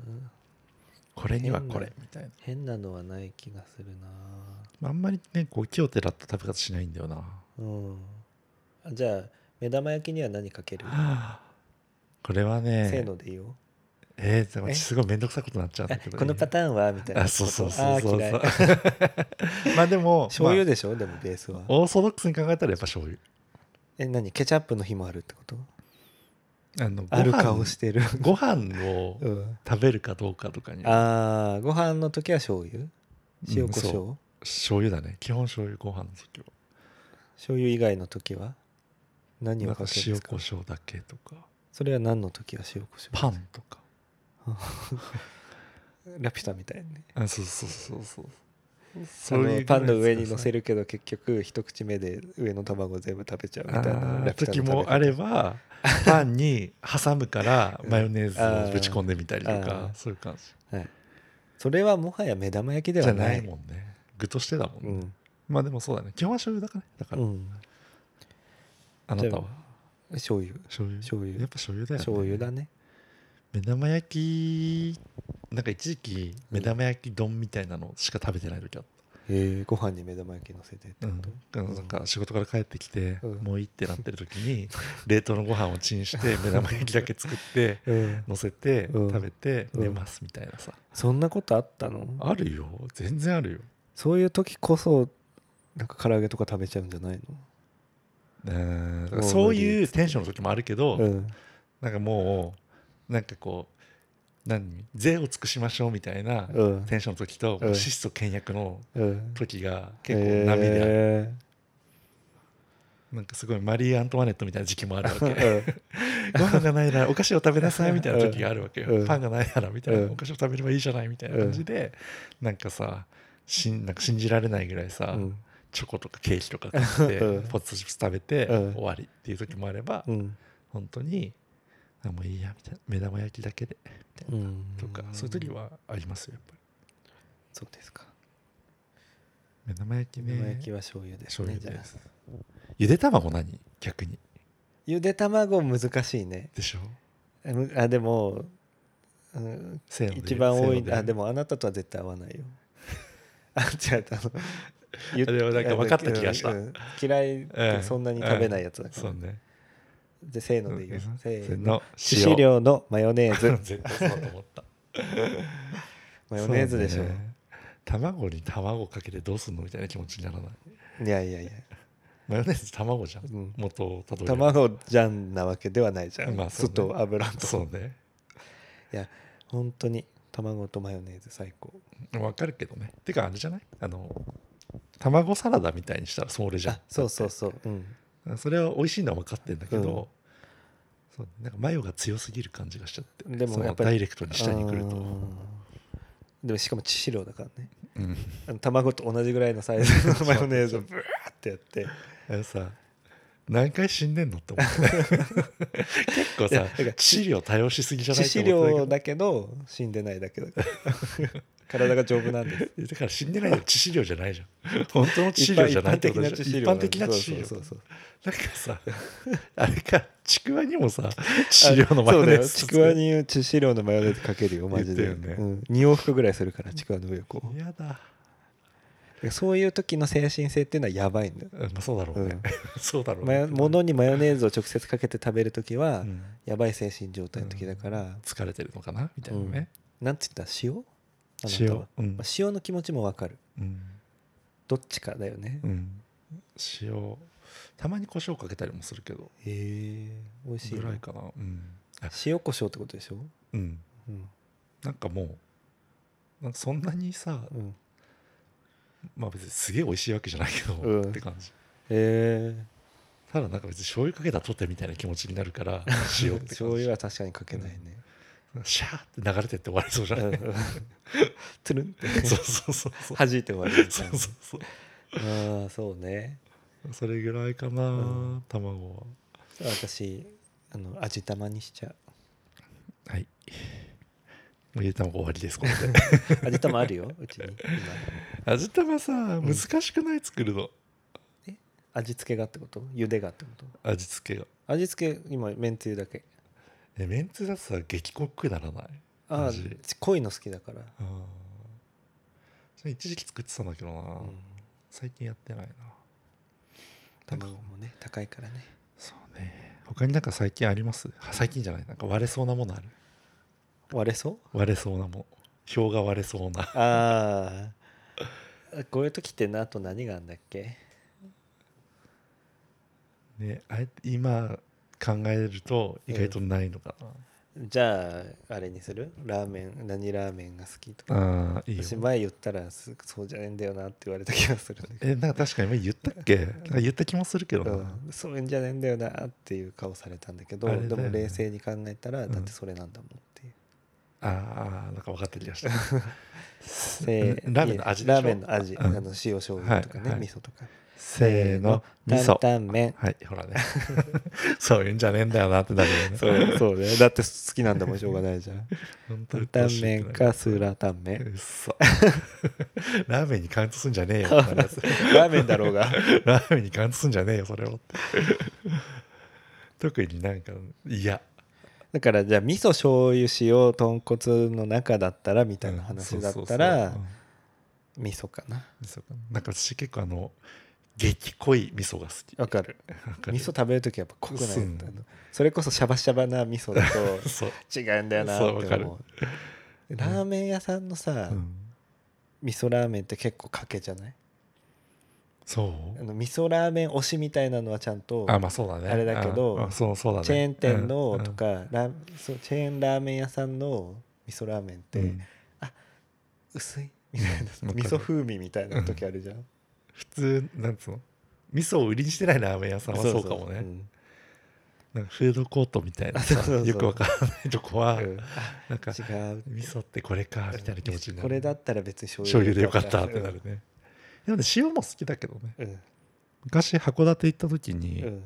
Speaker 1: これにはこれみたいな、
Speaker 2: 変なのはない気がするな
Speaker 1: まああんまりねこう木をてらった食べ方しないんだよな
Speaker 2: うんあじゃあ目玉焼きには何かける
Speaker 1: これはね
Speaker 2: せーのでいいよ
Speaker 1: えー、でもすごい面倒くさいことになっちゃうんだ
Speaker 2: あ
Speaker 1: けど
Speaker 2: このパターンはみたいな
Speaker 1: あそうそうそうそう
Speaker 2: あー
Speaker 1: そ
Speaker 2: 嫌
Speaker 1: う
Speaker 2: い
Speaker 1: まあでも
Speaker 2: 醤油
Speaker 1: ま
Speaker 2: でしょでもベースは
Speaker 1: あオーソドックスに考えたらやっぱ醤油
Speaker 2: え何ケチャップの日もあるってこと
Speaker 1: あのご
Speaker 2: ある
Speaker 1: 飯
Speaker 2: 顔してる
Speaker 1: ご飯を
Speaker 2: うん
Speaker 1: 食べるかどうかとかに
Speaker 2: ああご飯の時は醤油塩コシ
Speaker 1: そ
Speaker 2: ョウ
Speaker 1: 醤油だね基本醤油ご飯の時は
Speaker 2: 醤油以外の時は何
Speaker 1: な
Speaker 2: を
Speaker 1: んか
Speaker 2: かけるんで
Speaker 1: 塩
Speaker 2: すか
Speaker 1: コショウだけとか
Speaker 2: それは何の時は塩コショウ
Speaker 1: パンとか
Speaker 2: ラピュタみたいにね
Speaker 1: あそうそうそうそう
Speaker 2: あ
Speaker 1: そう
Speaker 2: のパンの上に乗せ
Speaker 1: る
Speaker 2: るけど結局一口目で上の卵全部食べちゃうみ
Speaker 1: みた
Speaker 2: たい
Speaker 1: い
Speaker 2: な
Speaker 1: な
Speaker 2: ラピュタの
Speaker 1: 時
Speaker 2: 食べ
Speaker 1: も
Speaker 2: 方
Speaker 1: あればパンに挟むからマヨネーズをぶち込んでみたりと
Speaker 2: うんあ
Speaker 1: か
Speaker 2: ー
Speaker 1: そういう感じ
Speaker 2: はい、それはもはや目玉焼きで
Speaker 1: じ
Speaker 2: は
Speaker 1: ゃ
Speaker 2: な
Speaker 1: ないいもんね具としてだもん
Speaker 2: う
Speaker 1: ね、
Speaker 2: ん
Speaker 1: まあでもそうだね基本は醤油だからねだか
Speaker 2: う
Speaker 1: ら、
Speaker 2: ん、
Speaker 1: あなた
Speaker 2: じゃ
Speaker 1: は
Speaker 2: あ醤油
Speaker 1: 醤油
Speaker 2: 醤油
Speaker 1: やっぱ醤油だよね
Speaker 2: 醤油だね
Speaker 1: 目玉焼きなんか一時期目玉焼き丼みたいなのしか食べてない時あっ
Speaker 2: えー、ご飯に目玉焼き乗せてっ
Speaker 1: た、
Speaker 2: てこ
Speaker 1: うんなんか仕事から帰ってきて、
Speaker 2: うん
Speaker 1: もういいってなってる時 に冷凍のご飯をチンして目玉焼きだけ作って
Speaker 2: と、うん、
Speaker 1: 乗せて
Speaker 2: うん
Speaker 1: 食べて
Speaker 2: うん
Speaker 1: 寝ますみたいなさ、
Speaker 2: そんなことあったの
Speaker 1: あるよ全然あるよ
Speaker 2: そういう時こそなんか唐揚げとか食べちゃうんじゃない
Speaker 1: うんだからそういうテンションの時もあるけど、
Speaker 2: のうん
Speaker 1: なんかもうなんかこう何税を尽くしましょうみたいな
Speaker 2: うん
Speaker 1: テンションの時と、
Speaker 2: うん
Speaker 1: もう質素倹約の
Speaker 2: うん
Speaker 1: 時が結構波である、
Speaker 2: え
Speaker 1: なんかすごいマリー・アントワネットみたいな時期もあるわ け
Speaker 2: ー
Speaker 1: ご飯がないならお菓子を食べなさいみたいな時があるわけよ、
Speaker 2: うん
Speaker 1: パンがないならみたいな、
Speaker 2: うん
Speaker 1: お菓子を食べればいいじゃないみたいな感じで、なんかさしんなんか信じられないぐらいさ、
Speaker 2: うん
Speaker 1: チョコとかケーキとか買って、
Speaker 2: うん
Speaker 1: ポテトチップス食べて、
Speaker 2: うん
Speaker 1: 終わりっていう時もあれば、
Speaker 2: うん
Speaker 1: 本当にあもういいやみたいな目玉焼きだけで
Speaker 2: うん
Speaker 1: とか、そういう時はありますよやっぱり
Speaker 2: そうですか
Speaker 1: 目玉焼き
Speaker 2: 目
Speaker 1: ね
Speaker 2: 玉焼きは醤油です
Speaker 1: 醤
Speaker 2: ね
Speaker 1: 油
Speaker 2: じゃ
Speaker 1: で
Speaker 2: あ
Speaker 1: すゆで卵何逆に
Speaker 2: ゆで卵難しいね
Speaker 1: でしょ
Speaker 2: あむあでも、うん、
Speaker 1: せーので
Speaker 2: 一番多
Speaker 1: せーの
Speaker 2: い
Speaker 1: で
Speaker 2: あでもあなたとは絶対合 わないよあ違うあのゆ
Speaker 1: あでもなんか分かった気がした
Speaker 2: うん嫌いってそんなに食べないやつだから、
Speaker 1: そうね
Speaker 2: でせーので言う、
Speaker 1: うん
Speaker 2: せ
Speaker 1: せー
Speaker 2: ーの
Speaker 1: の
Speaker 2: 致死量のマヨネー
Speaker 1: 塩
Speaker 2: ズ
Speaker 1: 絶対そうだと思った
Speaker 2: マヨネーズでし
Speaker 1: そ
Speaker 2: ょ
Speaker 1: うね卵に卵かけてどうすんのみたいな気持ちにならない
Speaker 2: いやいやいや
Speaker 1: マヨネーズ卵じゃん、
Speaker 2: うん
Speaker 1: 元をたどれば
Speaker 2: 卵じゃんなわけではないじゃん、
Speaker 1: まあそう
Speaker 2: 酢
Speaker 1: ね
Speaker 2: と油と
Speaker 1: そうね
Speaker 2: いや本当に卵とマヨネーズ最高
Speaker 1: わかるけどねてかあれじゃないあの卵サラダみたいにしたらそれじゃん
Speaker 2: あそうそうそううん
Speaker 1: それは美味しいのは分かってんだけど、
Speaker 2: うん
Speaker 1: そうなんかマヨが強すぎる感じがしちゃって
Speaker 2: でも
Speaker 1: その
Speaker 2: やっぱり
Speaker 1: ダイレクトに下に来ると
Speaker 2: あーでもしかも致死量だからね
Speaker 1: うん
Speaker 2: あの卵と同じぐらいのサ イズのマヨネーズをブワーってやって
Speaker 1: あれさ何回死んでんのって思 って結構
Speaker 2: いや
Speaker 1: さ
Speaker 2: だから
Speaker 1: 致死量多用しすぎじゃな
Speaker 2: 致
Speaker 1: いって
Speaker 2: 死
Speaker 1: 思って
Speaker 2: 量だけど死んでないだ けだから体が丈夫なんです
Speaker 1: だから死んでないよ致死量じゃないじゃ ん本当の致
Speaker 2: 一
Speaker 1: 死
Speaker 2: 般
Speaker 1: 量じゃないって
Speaker 2: 一般的
Speaker 1: ことで
Speaker 2: な
Speaker 1: しょ
Speaker 2: 致死
Speaker 1: 一
Speaker 2: 量
Speaker 1: 般的な致死量
Speaker 2: そうそうそう
Speaker 1: なんかさあれかちくわにも さ致
Speaker 2: そう
Speaker 1: 死量のマヨネーズ
Speaker 2: そうだよちくわに致死量のマヨネーズかけるよマジで、
Speaker 1: 言ったよね
Speaker 2: うん、2往復ぐらいするからちくわの上をこう
Speaker 1: 嫌だ、
Speaker 2: そういう時の精神性っていうのはやばいんだよ、
Speaker 1: うんまあ、そうだろうね、 そうだろう
Speaker 2: マ
Speaker 1: ね
Speaker 2: ヨ物にマヨネーズを直接かけて食べる時は、
Speaker 1: うん
Speaker 2: やばい精神状態の時だから、
Speaker 1: 疲れてるのかなみたいなね、
Speaker 2: なんて言った塩あなた
Speaker 1: 塩
Speaker 2: は、
Speaker 1: うん
Speaker 2: まあ塩の気持ちもわかる
Speaker 1: うん
Speaker 2: どっちかだよね、
Speaker 1: うん、塩たまに胡椒かけたりもするけど
Speaker 2: へえ美味しい
Speaker 1: ぐ
Speaker 2: な
Speaker 1: らいかなうんあ
Speaker 2: 塩コショウってことでしょ
Speaker 1: うん
Speaker 2: うん
Speaker 1: なんかもうなんかそんなにさ
Speaker 2: うん
Speaker 1: まあ別にすげえ美味しいわけじゃないけど、
Speaker 2: うん
Speaker 1: って感じ
Speaker 2: へ
Speaker 1: ただなんか別に醤油かけたとてみたいな気持ちになるから
Speaker 2: え
Speaker 1: 塩って感じ
Speaker 2: 醤油は確かにかけないね
Speaker 1: シャーって流れてって終わりそうじゃ
Speaker 2: う
Speaker 1: ない、
Speaker 2: ん つるんって
Speaker 1: そうそうそうそう
Speaker 2: 弾いて終わりみた
Speaker 1: そ
Speaker 2: いう
Speaker 1: そうそう
Speaker 2: なああそうね
Speaker 1: それぐらいかな、
Speaker 2: う
Speaker 1: 卵は
Speaker 2: 私あの味玉にしちゃう
Speaker 1: はいもうゆで卵終わりですこれで
Speaker 2: 味玉あるようちに今
Speaker 1: 味玉さ難しくない作るの、
Speaker 2: 味付けがってこと茹でがってこと
Speaker 1: 味付けが
Speaker 2: 味付け今めんつゆだけ
Speaker 1: えメンツだとさ激濃くならない
Speaker 2: ああ
Speaker 1: 味
Speaker 2: 濃いの好きだから
Speaker 1: あーそれ一時期作ってたんだけどな、
Speaker 2: うん
Speaker 1: 最近やってないな
Speaker 2: 卵もね高いからね
Speaker 1: そうね他になんか最近ありますあ最近じゃないなんか割れそうなものある
Speaker 2: 割れそう
Speaker 1: 割れそうなもの表が割れそうな
Speaker 2: ああ こういう時ってなあと何があんだっけ
Speaker 1: ねあえて今考えると意外とないのかな、
Speaker 2: じゃああれにするラーメン何ラーメンが好きとか
Speaker 1: ああいいよ
Speaker 2: 私前言ったらすそうじゃねえんだよなって言われた気がするんだけ
Speaker 1: えなんか確かに前言ったっけなんか言った気もするけど
Speaker 2: ど、
Speaker 1: な、
Speaker 2: うん、そういうんじゃねえんだよなっていう顔されたんだけど
Speaker 1: あれだよね
Speaker 2: でも冷静に考えたら
Speaker 1: ん
Speaker 2: だってそれなんだもんっていう、
Speaker 1: ああなんか分かってきました
Speaker 2: せー
Speaker 1: ラーメンの味でしょ
Speaker 2: ラーメンの味、
Speaker 1: うん
Speaker 2: あの塩醤油とかね、
Speaker 1: はいはい
Speaker 2: 味噌とか
Speaker 1: せーの味噌
Speaker 2: 担々麺
Speaker 1: はいほらね そういうんじゃねえんだよなってなるよね
Speaker 2: そうそうねだって好きなんだもんしょうがないじゃん
Speaker 1: 本当
Speaker 2: 担
Speaker 1: 鬱陶し
Speaker 2: 々
Speaker 1: いってなる
Speaker 2: 麺かスーラータンメ
Speaker 1: う
Speaker 2: ン
Speaker 1: っそラーメンにカウントすんじゃねえよってなるやつ
Speaker 2: ラーメンだろうが
Speaker 1: ラーメンに感動すんじゃねえよそれを 特になんかいや
Speaker 2: だからじゃあ味噌醤油塩豚骨の中だったらみたいな話だったら味噌かな
Speaker 1: 味噌かなんか私結構あの激濃い味噌が好き
Speaker 2: わかる
Speaker 1: わかる
Speaker 2: 味噌食べる時はやっぱ濃くない
Speaker 1: そう
Speaker 2: あのそれこそシャバシャバな味噌だと
Speaker 1: そう、
Speaker 2: 違うんだよな
Speaker 1: そうわ
Speaker 2: って
Speaker 1: かる
Speaker 2: 思うラーメン屋さんのさ、
Speaker 1: うん
Speaker 2: 味噌ラーメンって結構かけじゃない
Speaker 1: そ
Speaker 2: あ
Speaker 1: う
Speaker 2: の味噌ラーメン推しみたいなのはちゃんと
Speaker 1: あまあそうだね
Speaker 2: あれだけど
Speaker 1: ああそうそうだね
Speaker 2: チェーン店のと
Speaker 1: っ
Speaker 2: か、ラーそうチェーンラーメン屋さんの味噌ラーメンって、薄いみたいな
Speaker 1: うんわかる
Speaker 2: 味噌風味みたいな時あるじゃん、
Speaker 1: 普通なんつうの味噌を売りにしてないラーメン屋さんはそうかもね
Speaker 2: うん
Speaker 1: なんかフードコートみたいなさ
Speaker 2: あそうそうそう
Speaker 1: よくわからないとこは、
Speaker 2: うん
Speaker 1: なんか
Speaker 2: 違う
Speaker 1: 味噌ってこれかみたいな気持ちになる
Speaker 2: これだったら別に醤
Speaker 1: 醤油でよかったってなるねでもね塩も好きだけどね
Speaker 2: うん
Speaker 1: 昔函館行った時に、
Speaker 2: うん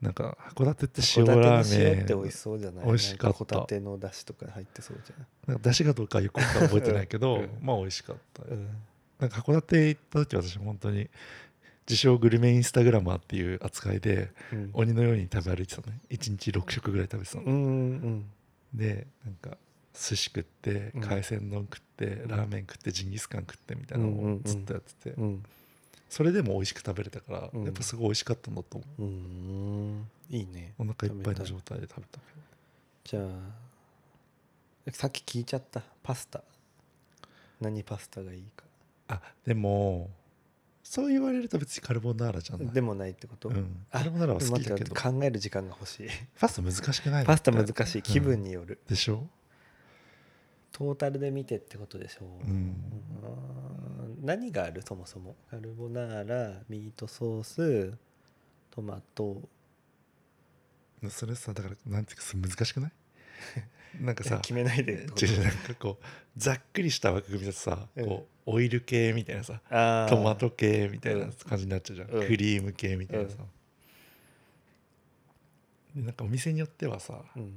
Speaker 1: なんか函館って
Speaker 2: 塩
Speaker 1: 塩
Speaker 2: ラ
Speaker 1: ラ
Speaker 2: ー
Speaker 1: ー
Speaker 2: メン
Speaker 1: メン
Speaker 2: って美味しそうじゃない
Speaker 1: 美味しかった
Speaker 2: なんホタテの出汁とか入ってそうじゃ
Speaker 1: なんか出汁がどうかよく覚えてないけど、
Speaker 2: うん
Speaker 1: まあ美味しかった、
Speaker 2: ん、うん、
Speaker 1: なんか函館行った時私本当に自称グルメインスタグラマーっていう扱いで
Speaker 2: うん
Speaker 1: 鬼のように食べ歩いてたのね1日6食ぐらい食べてたの、
Speaker 2: うん
Speaker 1: でなんか寿司食って
Speaker 2: うん
Speaker 1: 海鮮丼食って、ラーメン食ってジンギスカン食ってみたいなの
Speaker 2: うんうん
Speaker 1: を
Speaker 2: うん
Speaker 1: ずっとやってて、
Speaker 2: うん
Speaker 1: それでも美味しく食べれたから、
Speaker 2: うん
Speaker 1: やっぱすごい美味しかったんだと思う
Speaker 2: うんいいね
Speaker 1: お腹いっぱいの状態で食べたけど
Speaker 2: じゃあさっき聞いちゃったパスタ何パスタがいいか
Speaker 1: あでもそう言われると別にカルボナーラじゃない
Speaker 2: でもないってこと、
Speaker 1: うん、
Speaker 2: あ
Speaker 1: カルボナーラは好き
Speaker 2: ちょ
Speaker 1: だ
Speaker 2: っ
Speaker 1: け
Speaker 2: と
Speaker 1: ど
Speaker 2: 考える時間が欲しい
Speaker 1: パスタ難しくない
Speaker 2: パスタ難
Speaker 1: い
Speaker 2: しい気分による、
Speaker 1: でしょ
Speaker 2: トータルで見てってことでしょう、
Speaker 1: うん
Speaker 2: うん何があるそもそもカルボナーラミートソーストマト
Speaker 1: それさだからなんていうかす難しくない なんか
Speaker 2: え
Speaker 1: さ
Speaker 2: 決めないでってこと
Speaker 1: 違う違うなんかこうざっくりした枠組みだとさ、
Speaker 2: うん
Speaker 1: こうオイル系みたいなさ
Speaker 2: あー
Speaker 1: トマト系みたいな感じになっちゃうじゃん、
Speaker 2: うん
Speaker 1: クリーム系みたいなさ、でなんかお店によってはさ
Speaker 2: うん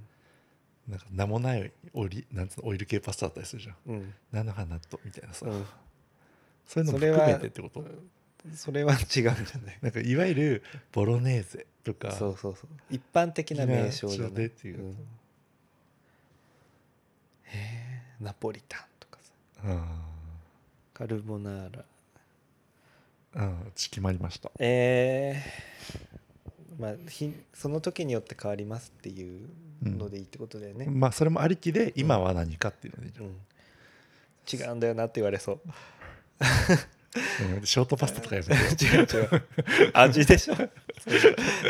Speaker 1: なんか名もないオリなんつうのオイル系パスタだったりするじゃん
Speaker 2: うん
Speaker 1: 菜の花とみたいなさ、
Speaker 2: うん
Speaker 1: そういうのも
Speaker 2: それは
Speaker 1: 含めてってこと
Speaker 2: それは違うんじゃない
Speaker 1: なんかいわゆるボロネーゼとか
Speaker 2: そうそうそう一般的な名称じゃ
Speaker 1: 一般
Speaker 2: ない
Speaker 1: 的な名称でっていう
Speaker 2: うんへえナポリタンとかさ
Speaker 1: あ
Speaker 2: カルボナーラ
Speaker 1: あああ決まりました
Speaker 2: えーまあひその時によって変わりますっていうのでいいってことだよね、
Speaker 1: まあそれもありきで今は何かっていうのでいいじゃん
Speaker 2: うん違うんだよなって言われそう
Speaker 1: うんショートパスタとかやめて
Speaker 2: 違う違う味でしょ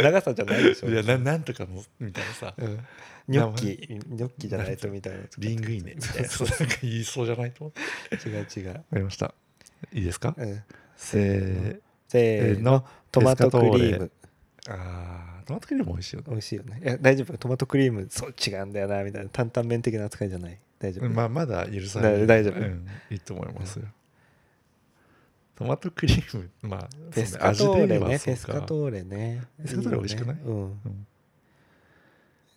Speaker 2: 長さじゃないでしょ
Speaker 1: いやななんとかのみたいなさ
Speaker 2: うんニョッキニョッキじゃないとみた いな
Speaker 1: リングイネみたいなそ
Speaker 2: そ
Speaker 1: ううなんか言いそうじゃないと思ってわ
Speaker 2: 違う違う、
Speaker 1: かりましたいいですか
Speaker 2: うん、
Speaker 1: せー
Speaker 2: せーのトマトクリーム
Speaker 1: あートマトクリームも美味しいよね
Speaker 2: 美味しいよねいや大丈夫トマトクリームそう違うんだよなみたいな担々麺的な扱いじゃない大丈夫、
Speaker 1: まあまだ許される
Speaker 2: だ大丈夫
Speaker 1: うんいいと思いますよトマトクリームまあ
Speaker 2: ペスカト
Speaker 1: そう
Speaker 2: ー
Speaker 1: ね
Speaker 2: レ
Speaker 1: 味で
Speaker 2: ね
Speaker 1: はそう
Speaker 2: ペ
Speaker 1: か
Speaker 2: スカトーレね
Speaker 1: ペスカトーレ美味しくない
Speaker 2: いよねうん、
Speaker 1: うん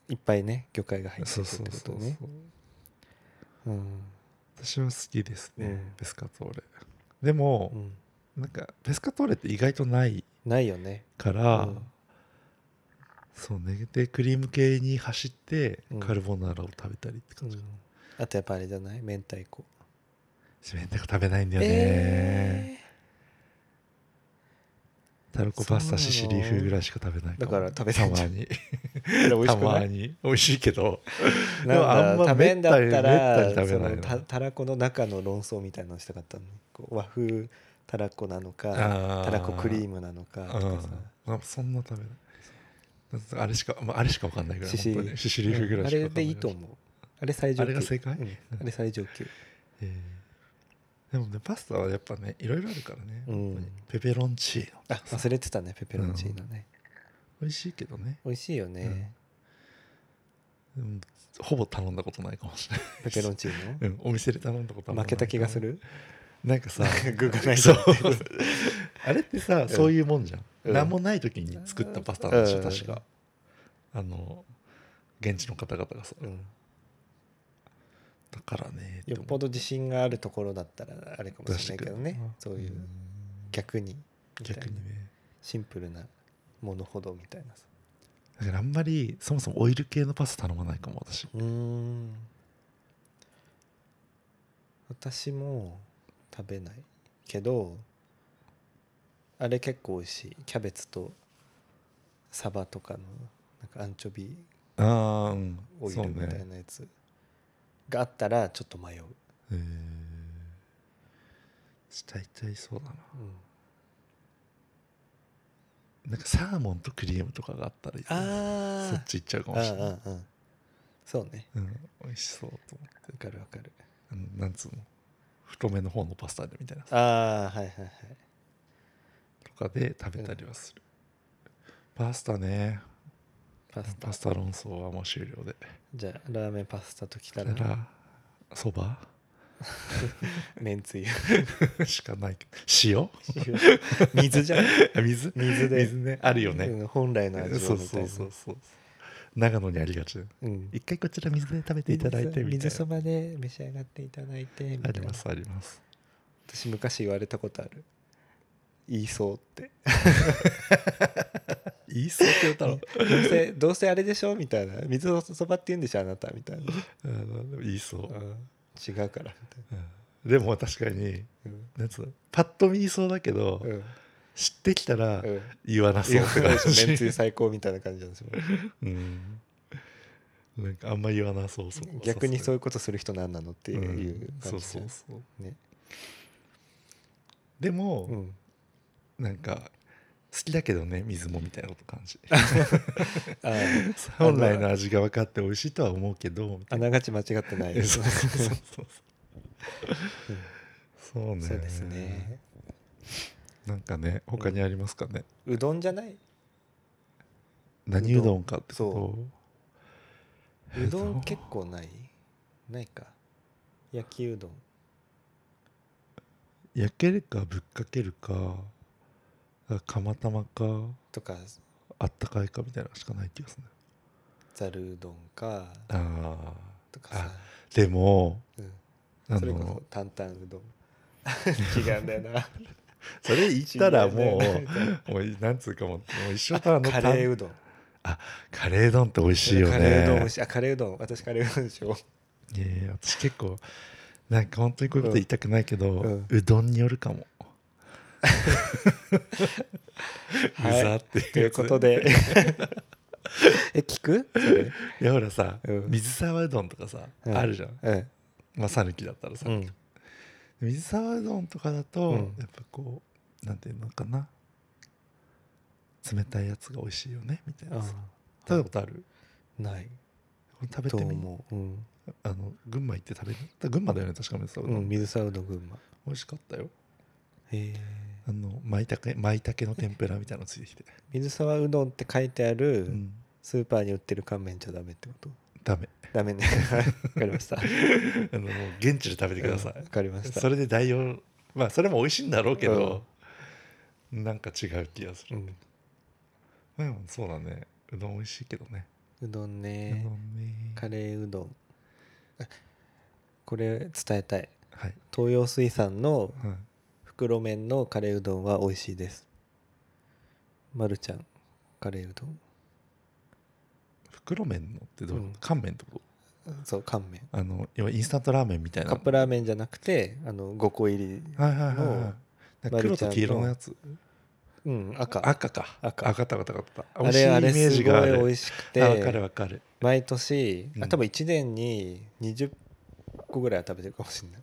Speaker 2: いっぱいね魚介が入って
Speaker 1: そ
Speaker 2: る
Speaker 1: う
Speaker 2: っ
Speaker 1: そう
Speaker 2: てこ
Speaker 1: そ
Speaker 2: と
Speaker 1: う
Speaker 2: ね
Speaker 1: そう
Speaker 2: うん
Speaker 1: 私は好きですね、
Speaker 2: うん
Speaker 1: ペスカトーレでも
Speaker 2: う、ん
Speaker 1: なんかペスカトーレって意外とない
Speaker 2: ないよね
Speaker 1: から、
Speaker 2: うん
Speaker 1: そうねでクリーム系に走って
Speaker 2: うん
Speaker 1: カルボナーラを食べたりって
Speaker 2: う
Speaker 1: 感
Speaker 2: ん
Speaker 1: じ、
Speaker 2: あとやっぱあれじゃない明太子
Speaker 1: めんた食べないんだよね、
Speaker 2: え
Speaker 1: タルコパスタ
Speaker 2: そうなの
Speaker 1: シシリー風ぐらいしか食べないも
Speaker 2: だから食べない
Speaker 1: たまに
Speaker 2: ー、美味
Speaker 1: た
Speaker 2: しくな
Speaker 1: ま
Speaker 2: い
Speaker 1: に美味しいけど
Speaker 2: な
Speaker 1: でもあ
Speaker 2: ん
Speaker 1: ん
Speaker 2: だ
Speaker 1: ま
Speaker 2: 食べんだったら
Speaker 1: めったに
Speaker 2: そ
Speaker 1: 食べない
Speaker 2: の
Speaker 1: な
Speaker 2: たたらこの中の論争みたいなのしたかったのこう和風たらこなのか
Speaker 1: あー
Speaker 2: たらこクリームなのかとかさ
Speaker 1: うんあそんな食べないあれしか、まあ、あれしかわかんないぐらい
Speaker 2: シシ
Speaker 1: 本当にシシリフぐらい
Speaker 2: あ
Speaker 1: しかわ
Speaker 2: れ
Speaker 1: かんな
Speaker 2: で
Speaker 1: い
Speaker 2: いいと思うあれ最上級
Speaker 1: あれが正解
Speaker 2: うんあれ最上級
Speaker 1: えーでもねパスタはやっぱねいろいろあるからね、
Speaker 2: うん
Speaker 1: 本当にペペロンチーノ
Speaker 2: あ忘れてたねペペロンチーノね、
Speaker 1: 美味しいけどね
Speaker 2: 美味しいよね、
Speaker 1: うんほぼ頼んだことないかもしれない
Speaker 2: ペペロンチー
Speaker 1: うん、お店で頼んだことあん
Speaker 2: ノ
Speaker 1: ま
Speaker 2: 負けた気がす
Speaker 1: ない
Speaker 2: る
Speaker 1: なんかさ
Speaker 2: 具が ない
Speaker 1: そ
Speaker 2: ぞ
Speaker 1: うあれってさ、そういうもんじゃん、
Speaker 2: うん
Speaker 1: 何もない時に作ったパスタなんでしょ、
Speaker 2: うん
Speaker 1: 確かあの現地の方々がさ
Speaker 2: うん
Speaker 1: だからね
Speaker 2: よっぽど自信があるところだったらあれかもしれないけどね
Speaker 1: と
Speaker 2: そう
Speaker 1: 思
Speaker 2: いううん逆にみたいな
Speaker 1: 逆にね
Speaker 2: シンプルなものほどみたいなさ
Speaker 1: だからあんまりそもそもオイル系のパスタ頼まないかも私
Speaker 2: うん私も食べないけどあれ結構美味しいキャベツとサバとかのなんかアンチョビ
Speaker 1: ああうん
Speaker 2: オイ
Speaker 1: そう
Speaker 2: ルみたい
Speaker 1: ね
Speaker 2: なやつがあったらちょっと迷う、
Speaker 1: えー、大体そうだな
Speaker 2: うん
Speaker 1: なんかサーモンとクリームとかがあったらいいね
Speaker 2: あ
Speaker 1: そっち行っちゃうか
Speaker 2: あ
Speaker 1: もしれない
Speaker 2: あああそうね
Speaker 1: うん美味しそうと思って
Speaker 2: わかるわかる
Speaker 1: あのなんつうの太めの方のパスタでみたいなさ
Speaker 2: ああはいはいはい
Speaker 1: とかで食べたりはする、パスタね
Speaker 2: パスタ
Speaker 1: パスタ論争はもう終了で
Speaker 2: じゃあラーメンパスタときた
Speaker 1: だ
Speaker 2: ら
Speaker 1: からそば
Speaker 2: めんつゆ
Speaker 1: しかないけど
Speaker 2: 水じゃん
Speaker 1: 塩 水
Speaker 2: 水で
Speaker 1: 水ねあるよね、
Speaker 2: うん本来の味をみた
Speaker 1: そ
Speaker 2: い
Speaker 1: そ
Speaker 2: うな
Speaker 1: うそうそう長野にありがちだよ
Speaker 2: うん
Speaker 1: 一回こちら水で食べていただいてみたいな
Speaker 2: 水そばで召し上がっていただいてみた
Speaker 1: あ
Speaker 2: いな
Speaker 1: りますあります
Speaker 2: 私昔言われたことある言いそうって
Speaker 1: 言いそうって言ったの
Speaker 2: どう せどうせあれでしょみたいな水そばって言うんでしょあなたみたいな
Speaker 1: うんでも言いそう、
Speaker 2: うん違うからみたい
Speaker 1: うんでも確かに
Speaker 2: な
Speaker 1: なんつうのパッと見言いそうだけど、
Speaker 2: うんうん
Speaker 1: 知ってきたら
Speaker 2: うん
Speaker 1: 言わなそうって
Speaker 2: めん
Speaker 1: 感じ
Speaker 2: つゆ最高みたいな感じなん ですよ
Speaker 1: うんなんかあんま言わなそうそう
Speaker 2: 逆にそう
Speaker 1: い
Speaker 2: い
Speaker 1: う
Speaker 2: ことする人なんなのっていう
Speaker 1: そ
Speaker 2: 感
Speaker 1: う
Speaker 2: じ
Speaker 1: そう
Speaker 2: で
Speaker 1: そう
Speaker 2: ね
Speaker 1: でも、
Speaker 2: うん
Speaker 1: なんか好きだけどね水もみたいなこと感 じ
Speaker 2: あー
Speaker 1: 本来の味が分かって美味しいとは思うけどみた
Speaker 2: あ
Speaker 1: いな
Speaker 2: ながち間違ってない
Speaker 1: えそうそうそうそう
Speaker 2: うん
Speaker 1: そうね
Speaker 2: そうですね
Speaker 1: なんかね他にありますかね、
Speaker 2: うどんじゃない
Speaker 1: 何うどんかって
Speaker 2: そ
Speaker 1: こと
Speaker 2: うどん
Speaker 1: け
Speaker 2: 結構ないないか焼きうどん
Speaker 1: 焼けるかぶっかけるかあ釜玉か
Speaker 2: とか
Speaker 1: あったかいかみたいなのしかない気がするね
Speaker 2: ざるうどんか
Speaker 1: あ
Speaker 2: とかさ、
Speaker 1: ーでも
Speaker 2: うん
Speaker 1: あ
Speaker 2: それこそ
Speaker 1: の
Speaker 2: 担々う どん違うんだよな
Speaker 1: それ言ったらも
Speaker 2: 違うんだよな
Speaker 1: うもうなんつうかもうもう一緒だあの
Speaker 2: カレーうどん
Speaker 1: たカレー丼って美味しいよね
Speaker 2: カレーうどん美味しいあカレーうどん私カレ ーうどんでしょ
Speaker 1: いやいや私結構なんか本当にこういうこと言いたくないけど、う
Speaker 2: うん
Speaker 1: どんによるかも、う
Speaker 2: はい
Speaker 1: ざって
Speaker 2: ということで え聞くそれ
Speaker 1: いやほらさ、
Speaker 2: うん
Speaker 1: 水沢うどんとかさ、
Speaker 2: うん
Speaker 1: あるじゃん
Speaker 2: うん
Speaker 1: まあ讃岐だったらさ、
Speaker 2: うん
Speaker 1: 水沢うどんとかだと、
Speaker 2: うん
Speaker 1: やっぱこうなんていうのかな冷たいやつが美味しいよねみたいなさ食べたことある
Speaker 2: ない
Speaker 1: 食べ
Speaker 2: と
Speaker 1: てみ
Speaker 2: 思う、うん
Speaker 1: あの群馬行って食べるだ群馬だよね確か水沢うどん、
Speaker 2: うん、水沢うどん群馬
Speaker 1: 美味しかったよ
Speaker 2: へえ
Speaker 1: あの舞茸舞茸の天ぷらみたいなのついてきて、
Speaker 2: 水沢うどんって書いてあ
Speaker 1: う
Speaker 2: る
Speaker 1: ん、
Speaker 2: スーパーに売ってる乾麺じゃダメってこと
Speaker 1: ダメ
Speaker 2: ダメねはいわかりました
Speaker 1: あのもう現地で食べてください、
Speaker 2: うんわかりました
Speaker 1: それで代用まあそれも美味しいんだろうけど、なんか違う気がす
Speaker 2: う
Speaker 1: る、
Speaker 2: ん
Speaker 1: でもそうだねうどん美味しいけどね、
Speaker 2: うどん
Speaker 1: う
Speaker 2: ね
Speaker 1: どんね
Speaker 2: カレーうどんあこれ伝えたい
Speaker 1: はい、
Speaker 2: 東洋水産の
Speaker 1: はい、
Speaker 2: 袋麺のカレーうどんは美味しいですまるちゃんカレーうどん
Speaker 1: 袋麺のってどういうの、
Speaker 2: うん
Speaker 1: 乾麺ってこと
Speaker 2: そう乾麺
Speaker 1: あの要はインスタントラーメンみたいな
Speaker 2: カップラーメンじゃなくてあの5個入り
Speaker 1: はいはいはいはい
Speaker 2: の
Speaker 1: 黒と黄色のやつ
Speaker 2: うん赤
Speaker 1: 赤か
Speaker 2: 赤
Speaker 1: 赤だった赤だった
Speaker 2: あれあれすごい美
Speaker 1: い
Speaker 2: 味しくて
Speaker 1: あ分かる分かる
Speaker 2: 毎年、
Speaker 1: う
Speaker 2: あ
Speaker 1: ん
Speaker 2: 多分1年に20個ぐらいは食べてるかもしれない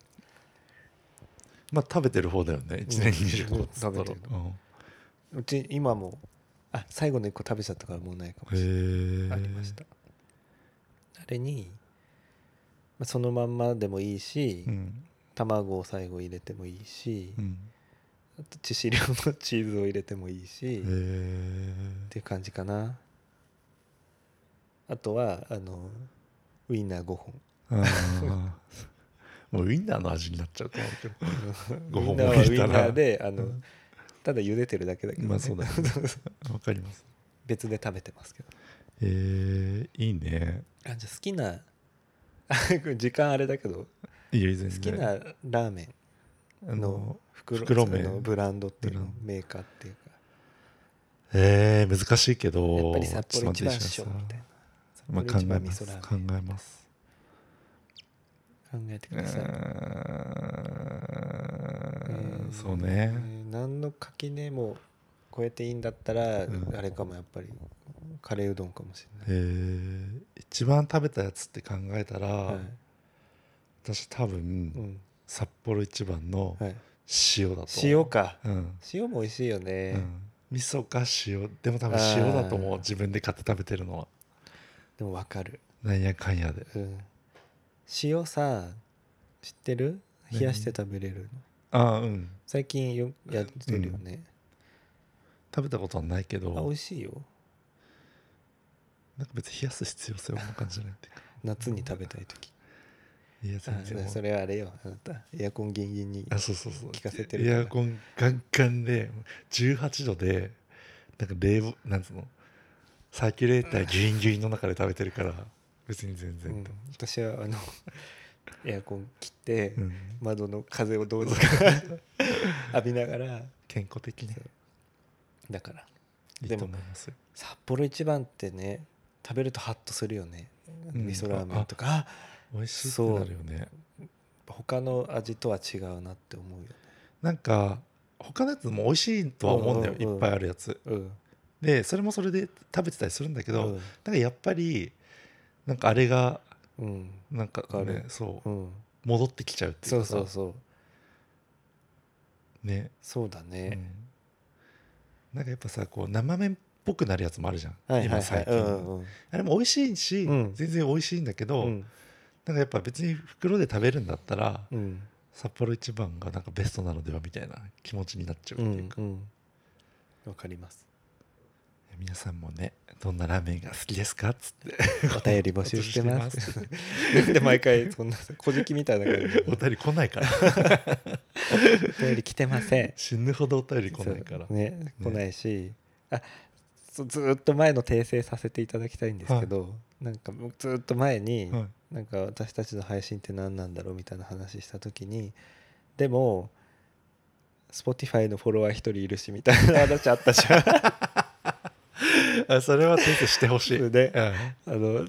Speaker 1: まあ食べてる方だよね1年に
Speaker 2: うん
Speaker 1: 25っつったら
Speaker 2: 食べてるうち今もあ最後の1個食べちゃったからもうないかもしれない
Speaker 1: え
Speaker 2: ありましたあれにまあそのまんまでもいいし、
Speaker 1: うん
Speaker 2: 卵を最後入れてもいいし、
Speaker 1: うん
Speaker 2: あと致死量のチーズを入れてもいいし、
Speaker 1: へ
Speaker 2: っ
Speaker 1: え
Speaker 2: ていう感じかなあとはあのウインナー5本
Speaker 1: あ あもうウインナーの味になっちゃうと思うけど5本
Speaker 2: ウイン
Speaker 1: も
Speaker 2: ナーはウイ
Speaker 1: 入れた
Speaker 2: ン
Speaker 1: ら
Speaker 2: ナーであの、
Speaker 1: うん
Speaker 2: ただ茹でてるだけだけど、
Speaker 1: まあそうだよ ね
Speaker 2: そうそう
Speaker 1: わかります
Speaker 2: 別で食べてますけど
Speaker 1: えー、いいね
Speaker 2: あじゃあ好きな あこれ時間あれだけど
Speaker 1: いいよ全
Speaker 2: 好き
Speaker 1: 然
Speaker 2: なラーメ
Speaker 1: あ
Speaker 2: ンの
Speaker 1: の
Speaker 2: 袋
Speaker 1: 袋麺
Speaker 2: そのブランドっていう
Speaker 1: ブ
Speaker 2: の
Speaker 1: ランド
Speaker 2: メーカーっていうか
Speaker 1: えー、難しいけど
Speaker 2: やっぱり札幌一番っし
Speaker 1: ちょ
Speaker 2: ょ
Speaker 1: っと
Speaker 2: み
Speaker 1: 待っ
Speaker 2: たい
Speaker 1: て
Speaker 2: な
Speaker 1: まあ、考えま
Speaker 2: 札幌一番味
Speaker 1: す
Speaker 2: 噌ラー
Speaker 1: 考えます
Speaker 2: メン考えて
Speaker 1: う
Speaker 2: ください、
Speaker 1: ー
Speaker 2: えー
Speaker 1: んそうね
Speaker 2: えー何の垣根も超えていいんだったら、
Speaker 1: うん
Speaker 2: あれかもやっぱりカレーうどんかもし
Speaker 1: え
Speaker 2: れない、
Speaker 1: ー、一番食べたやつって考えたら、
Speaker 2: はい
Speaker 1: 私多分、
Speaker 2: うん
Speaker 1: 札幌一番の
Speaker 2: はい、
Speaker 1: 塩だと思
Speaker 2: 塩
Speaker 1: う
Speaker 2: か
Speaker 1: うん、
Speaker 2: 塩も美味しいよ
Speaker 1: う
Speaker 2: ね、
Speaker 1: ん、味噌か塩でも多分塩だと思
Speaker 2: あ
Speaker 1: う
Speaker 2: ー
Speaker 1: 自分で買って食べてるのは
Speaker 2: でもわかる、
Speaker 1: なんやかんやで
Speaker 2: うん、塩さ知ってる
Speaker 1: 何
Speaker 2: 冷やして食べれるの
Speaker 1: ああうん
Speaker 2: 最近よやってるよね、
Speaker 1: 食べたことはないけど
Speaker 2: あ美味しいよ
Speaker 1: なんか別に冷やす必要性を感じないっていうか
Speaker 2: 夏に食べたい時
Speaker 1: いや
Speaker 2: あ
Speaker 1: 全然もう
Speaker 2: それはあれよあなたエアコンギンギンに
Speaker 1: あそうそうそう
Speaker 2: 聞かせてるから
Speaker 1: エアコンガンガンで18度でなんか冷房なんつうのサーキュレーターギュインギュインの中で食べてるから別に全
Speaker 2: うん
Speaker 1: 然と、
Speaker 2: 私は あのエアコン切って、
Speaker 1: うん
Speaker 2: 窓の風を どうぞか浴びながら
Speaker 1: 健康的ね
Speaker 2: だから
Speaker 1: いい
Speaker 2: で
Speaker 1: と
Speaker 2: も
Speaker 1: 思いますよ
Speaker 2: 札幌一番ってね食べるとハッとするよね、
Speaker 1: うん
Speaker 2: 味噌ラーメンとかあ
Speaker 1: 美味しいってなるよね
Speaker 2: 他の味とは違うなって思うよ、ね
Speaker 1: なんか他のやつも美味しいとは思うんだよ、
Speaker 2: うんうんうん
Speaker 1: いっぱいあるやつ
Speaker 2: うん、
Speaker 1: でそれもそれで食べてたりするんだけど、
Speaker 2: うん
Speaker 1: なんかやっぱりなんかあれが
Speaker 2: うん
Speaker 1: なんか
Speaker 2: わか
Speaker 1: ね
Speaker 2: る
Speaker 1: そう
Speaker 2: うん、
Speaker 1: 戻ってきちゃうっていう
Speaker 2: そ
Speaker 1: か
Speaker 2: う
Speaker 1: さ
Speaker 2: そうそう
Speaker 1: ね
Speaker 2: そうだ
Speaker 1: う
Speaker 2: ね、
Speaker 1: んなんかやっぱさこう生麺っぽくなるやつもあるじゃん、
Speaker 2: はいはい
Speaker 1: 今
Speaker 2: はい
Speaker 1: 最近、
Speaker 2: うんうん
Speaker 1: あれも美味しいし、
Speaker 2: うん
Speaker 1: 全然美味しいんだけど、
Speaker 2: うん
Speaker 1: なんかやっぱ別に袋で食べるんだったら、
Speaker 2: うん
Speaker 1: 札幌一番がなんかベストなのではみたいな気持ちになっちゃうって
Speaker 2: う
Speaker 1: いうんか、
Speaker 2: うんわかります
Speaker 1: 皆さんもねどんなラーメンが好きですかっつって
Speaker 2: お便り募集してます で毎回そんな「小じき」みたいな感じで
Speaker 1: お便り来ない から
Speaker 2: お便り来てません
Speaker 1: 死ぬほどお便り来ないから、
Speaker 2: そうね来ないし、あそずーっと前の訂正させていただきたいんですけど、なんか僕ずーっと前に、
Speaker 1: はい
Speaker 2: なんか私たちの配信って何なんだろうみたいな話した時にでも Spotify のフォロワー一人いるしみたいな話あったじゃんあ
Speaker 1: あそれは訂正してほ しい、
Speaker 2: そううんねの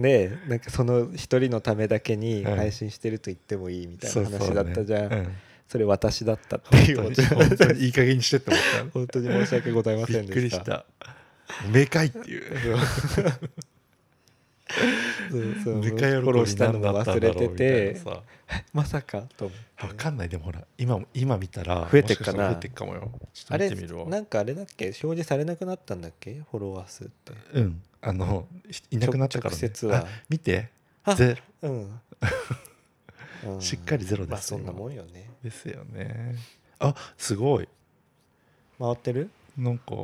Speaker 2: ねえなんかその一人のためだけに
Speaker 1: はい
Speaker 2: 配信してると言ってもいいみたい
Speaker 1: そう
Speaker 2: な
Speaker 1: そう
Speaker 2: 話だったじゃん、
Speaker 1: ねうん
Speaker 2: それ私だったっていう
Speaker 1: 本当に本当
Speaker 2: 本
Speaker 1: にいい加減にしてって思った
Speaker 2: 当に申し訳ございませんでし
Speaker 1: びっく
Speaker 2: た
Speaker 1: りしためかいっていう
Speaker 2: そうそう
Speaker 1: め
Speaker 2: フ
Speaker 1: か
Speaker 2: ォローしたの
Speaker 1: 喜びな
Speaker 2: も
Speaker 1: んだった
Speaker 2: 忘
Speaker 1: んだ
Speaker 2: れ
Speaker 1: ろ
Speaker 2: て
Speaker 1: うみたいな
Speaker 2: て
Speaker 1: さ
Speaker 2: まさかと思
Speaker 1: わ
Speaker 2: って
Speaker 1: かんないでもほら今も今見たら
Speaker 2: 増えてっかな
Speaker 1: もししたら増えてっかもよちょ
Speaker 2: あ
Speaker 1: っと見
Speaker 2: れ
Speaker 1: てみるわ
Speaker 2: なんかあれだっけ表示されなくなったんだっけフォロワー数って
Speaker 1: うんあのひいなくなったから、ね、
Speaker 2: 直接は
Speaker 1: あ見て
Speaker 2: あ
Speaker 1: ゼロ
Speaker 2: うん うん
Speaker 1: しっかりゼロですよ
Speaker 2: まあそんなもんよね
Speaker 1: ですよねあすごい
Speaker 2: 回ってる
Speaker 1: なんか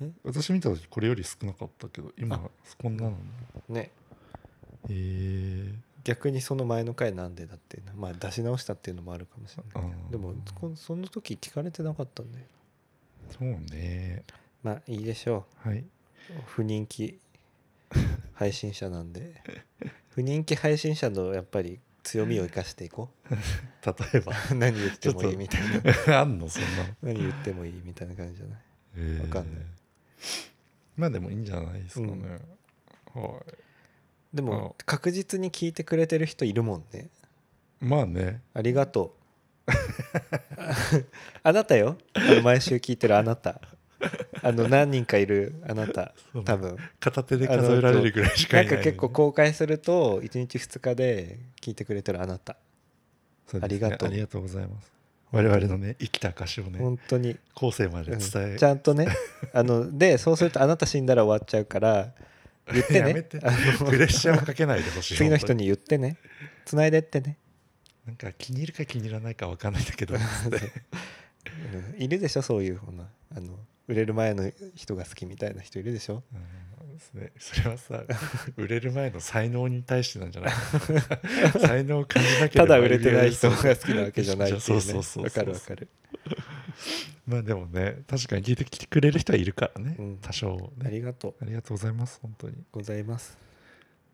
Speaker 2: え
Speaker 1: 私見た時これより少なかったけど今こんなのね
Speaker 2: ね
Speaker 1: へえ
Speaker 2: 逆にその前の回なんでだっていうのまあ出し直したっていうのもあるかもしれないけ
Speaker 1: あー
Speaker 2: どでもこんその時聞かれてなかったんだよ
Speaker 1: そうね
Speaker 2: まあいいでしょ
Speaker 1: はい、
Speaker 2: う不人気配信者なんで 不人気配信者のやっぱり強みを生かしていこう
Speaker 1: 例えば
Speaker 2: 何言っても
Speaker 1: ちょっ
Speaker 2: い
Speaker 1: と
Speaker 2: いみたいな
Speaker 1: あんのそんなの
Speaker 2: 何言ってもいいみたいな感じじゃない
Speaker 1: わ
Speaker 2: わかんない
Speaker 1: まあでもいいんじゃないですかね、はい
Speaker 2: でも確実に聞いてくれてる人いるもんね
Speaker 1: まあね
Speaker 2: ありがとう あなたよあの毎週聞いてるあなたあの何人かいるあなた
Speaker 1: そうね
Speaker 2: 多分
Speaker 1: 片手で数えられるぐらいしか
Speaker 2: ないん
Speaker 1: ない、
Speaker 2: か結構公開すると1日2日で聞いてくれてるあなた
Speaker 1: そうですね
Speaker 2: ありがとう
Speaker 1: ありがとうございます我々のね生きた証をね
Speaker 2: 本当に、
Speaker 1: 後世まで
Speaker 2: うん
Speaker 1: 伝え、
Speaker 2: ちゃん とねあのでそうするとあなた死んだら終わっちゃうから言って
Speaker 1: やめ
Speaker 2: ね
Speaker 1: て
Speaker 2: あの
Speaker 1: プレッシャーはかけないでほしい
Speaker 2: 次の人
Speaker 1: 本
Speaker 2: に言ってね繋いでってね、
Speaker 1: 当になんか気に入るか気に入らないかわかんないんだけど
Speaker 2: うんいるでしょそういうほなあの売れる前の人が好きみたいな人いるでしょ
Speaker 1: うんそれそれはさ売れる前の才能に対してなんじゃない 才能を感じなけれ
Speaker 2: た
Speaker 1: ば
Speaker 2: だ売れてない人
Speaker 1: そう
Speaker 2: が好きなわけじゃないって いう
Speaker 1: そう
Speaker 2: ね
Speaker 1: そうそうそう
Speaker 2: わかるわかる
Speaker 1: まあでもね確かに聞いてきてくれる人はいるからね、
Speaker 2: うん
Speaker 1: 多少
Speaker 2: あ
Speaker 1: ね
Speaker 2: りがとう
Speaker 1: ありがとうございます本当に
Speaker 2: ございます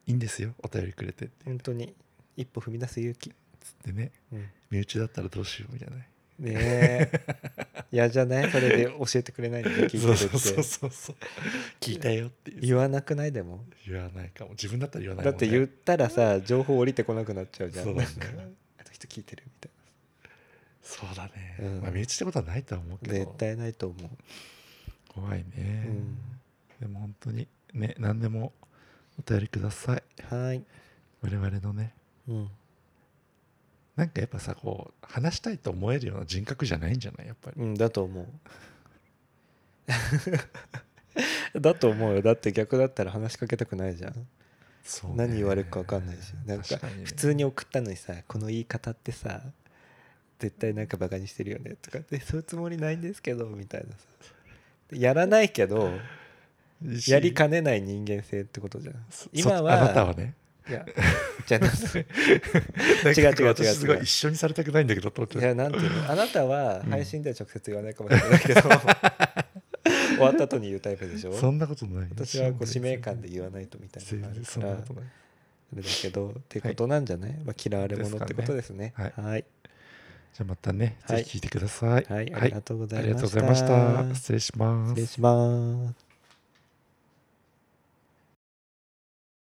Speaker 1: いいんですよお便りくれてって
Speaker 2: 本当に一歩踏み出す勇気、
Speaker 1: つってね
Speaker 2: うん
Speaker 1: 身内だったらどうしようみたいなね
Speaker 2: ねえ嫌じゃないそれで教えてくれないんで聞いて
Speaker 1: そ
Speaker 2: る
Speaker 1: う
Speaker 2: って
Speaker 1: そうそうそうそう聞いたよって言う
Speaker 2: 言わなくないでも
Speaker 1: 言わないかも自分だったら言わない
Speaker 2: だ
Speaker 1: もん
Speaker 2: っ
Speaker 1: ね
Speaker 2: て言ったらさ情報降りてこなくなっちゃうじゃん
Speaker 1: そうだ
Speaker 2: なん
Speaker 1: ね
Speaker 2: かあの人聞いてるみたい
Speaker 1: そうだね、
Speaker 2: うん
Speaker 1: まあ身内ってことはないとは思うけ
Speaker 2: な
Speaker 1: ど
Speaker 2: 絶対ないと思う、
Speaker 1: 怖いね、
Speaker 2: うん
Speaker 1: でも本当にね何でもお便りください
Speaker 2: はい、
Speaker 1: 我々のね
Speaker 2: うん、
Speaker 1: なんかやっぱさこう話したいと思えるような人格じゃないんじゃないやっぱり、
Speaker 2: うん だと思うだと思うよだって逆だったら話しかけたくないじゃん、
Speaker 1: そうね
Speaker 2: 何言われるか分かんないしなんか
Speaker 1: 確にね
Speaker 2: 普通に送ったのにさこの言い方ってさ絶対なんかバカにしてるよねとかってそういうつもりないんですけどみたいなさやらないけどやりかねない人間性ってことじゃん
Speaker 1: そ
Speaker 2: 今
Speaker 1: そ
Speaker 2: は
Speaker 1: あなたはね
Speaker 2: いやじゃあ
Speaker 1: 違
Speaker 2: 違う違う違う
Speaker 1: 私すごい一緒にされたくないんだけどと思っ
Speaker 2: いや
Speaker 1: て
Speaker 2: なんていうのあなたは
Speaker 1: うん
Speaker 2: 配信では直接言わないかもしれない けど終わった後に言うタイプでしょ
Speaker 1: そんなことないよ
Speaker 2: 私はこう使命感で言わないとみたいな
Speaker 1: 全
Speaker 2: のがある
Speaker 1: 然そ
Speaker 2: か
Speaker 1: ん
Speaker 2: ら
Speaker 1: な
Speaker 2: あ
Speaker 1: ことない
Speaker 2: れだけどってことなんじゃない、まあ、嫌われ者ってことですね
Speaker 1: ですか
Speaker 2: はい、
Speaker 1: じゃあまたね、
Speaker 2: はい
Speaker 1: ぜひ聞いてください。
Speaker 2: はい、ありがとうござ
Speaker 1: あ
Speaker 2: い
Speaker 1: りがと
Speaker 2: ま
Speaker 1: うご
Speaker 2: し
Speaker 1: ざいましたた。失礼しま
Speaker 2: 失礼
Speaker 1: す。
Speaker 2: します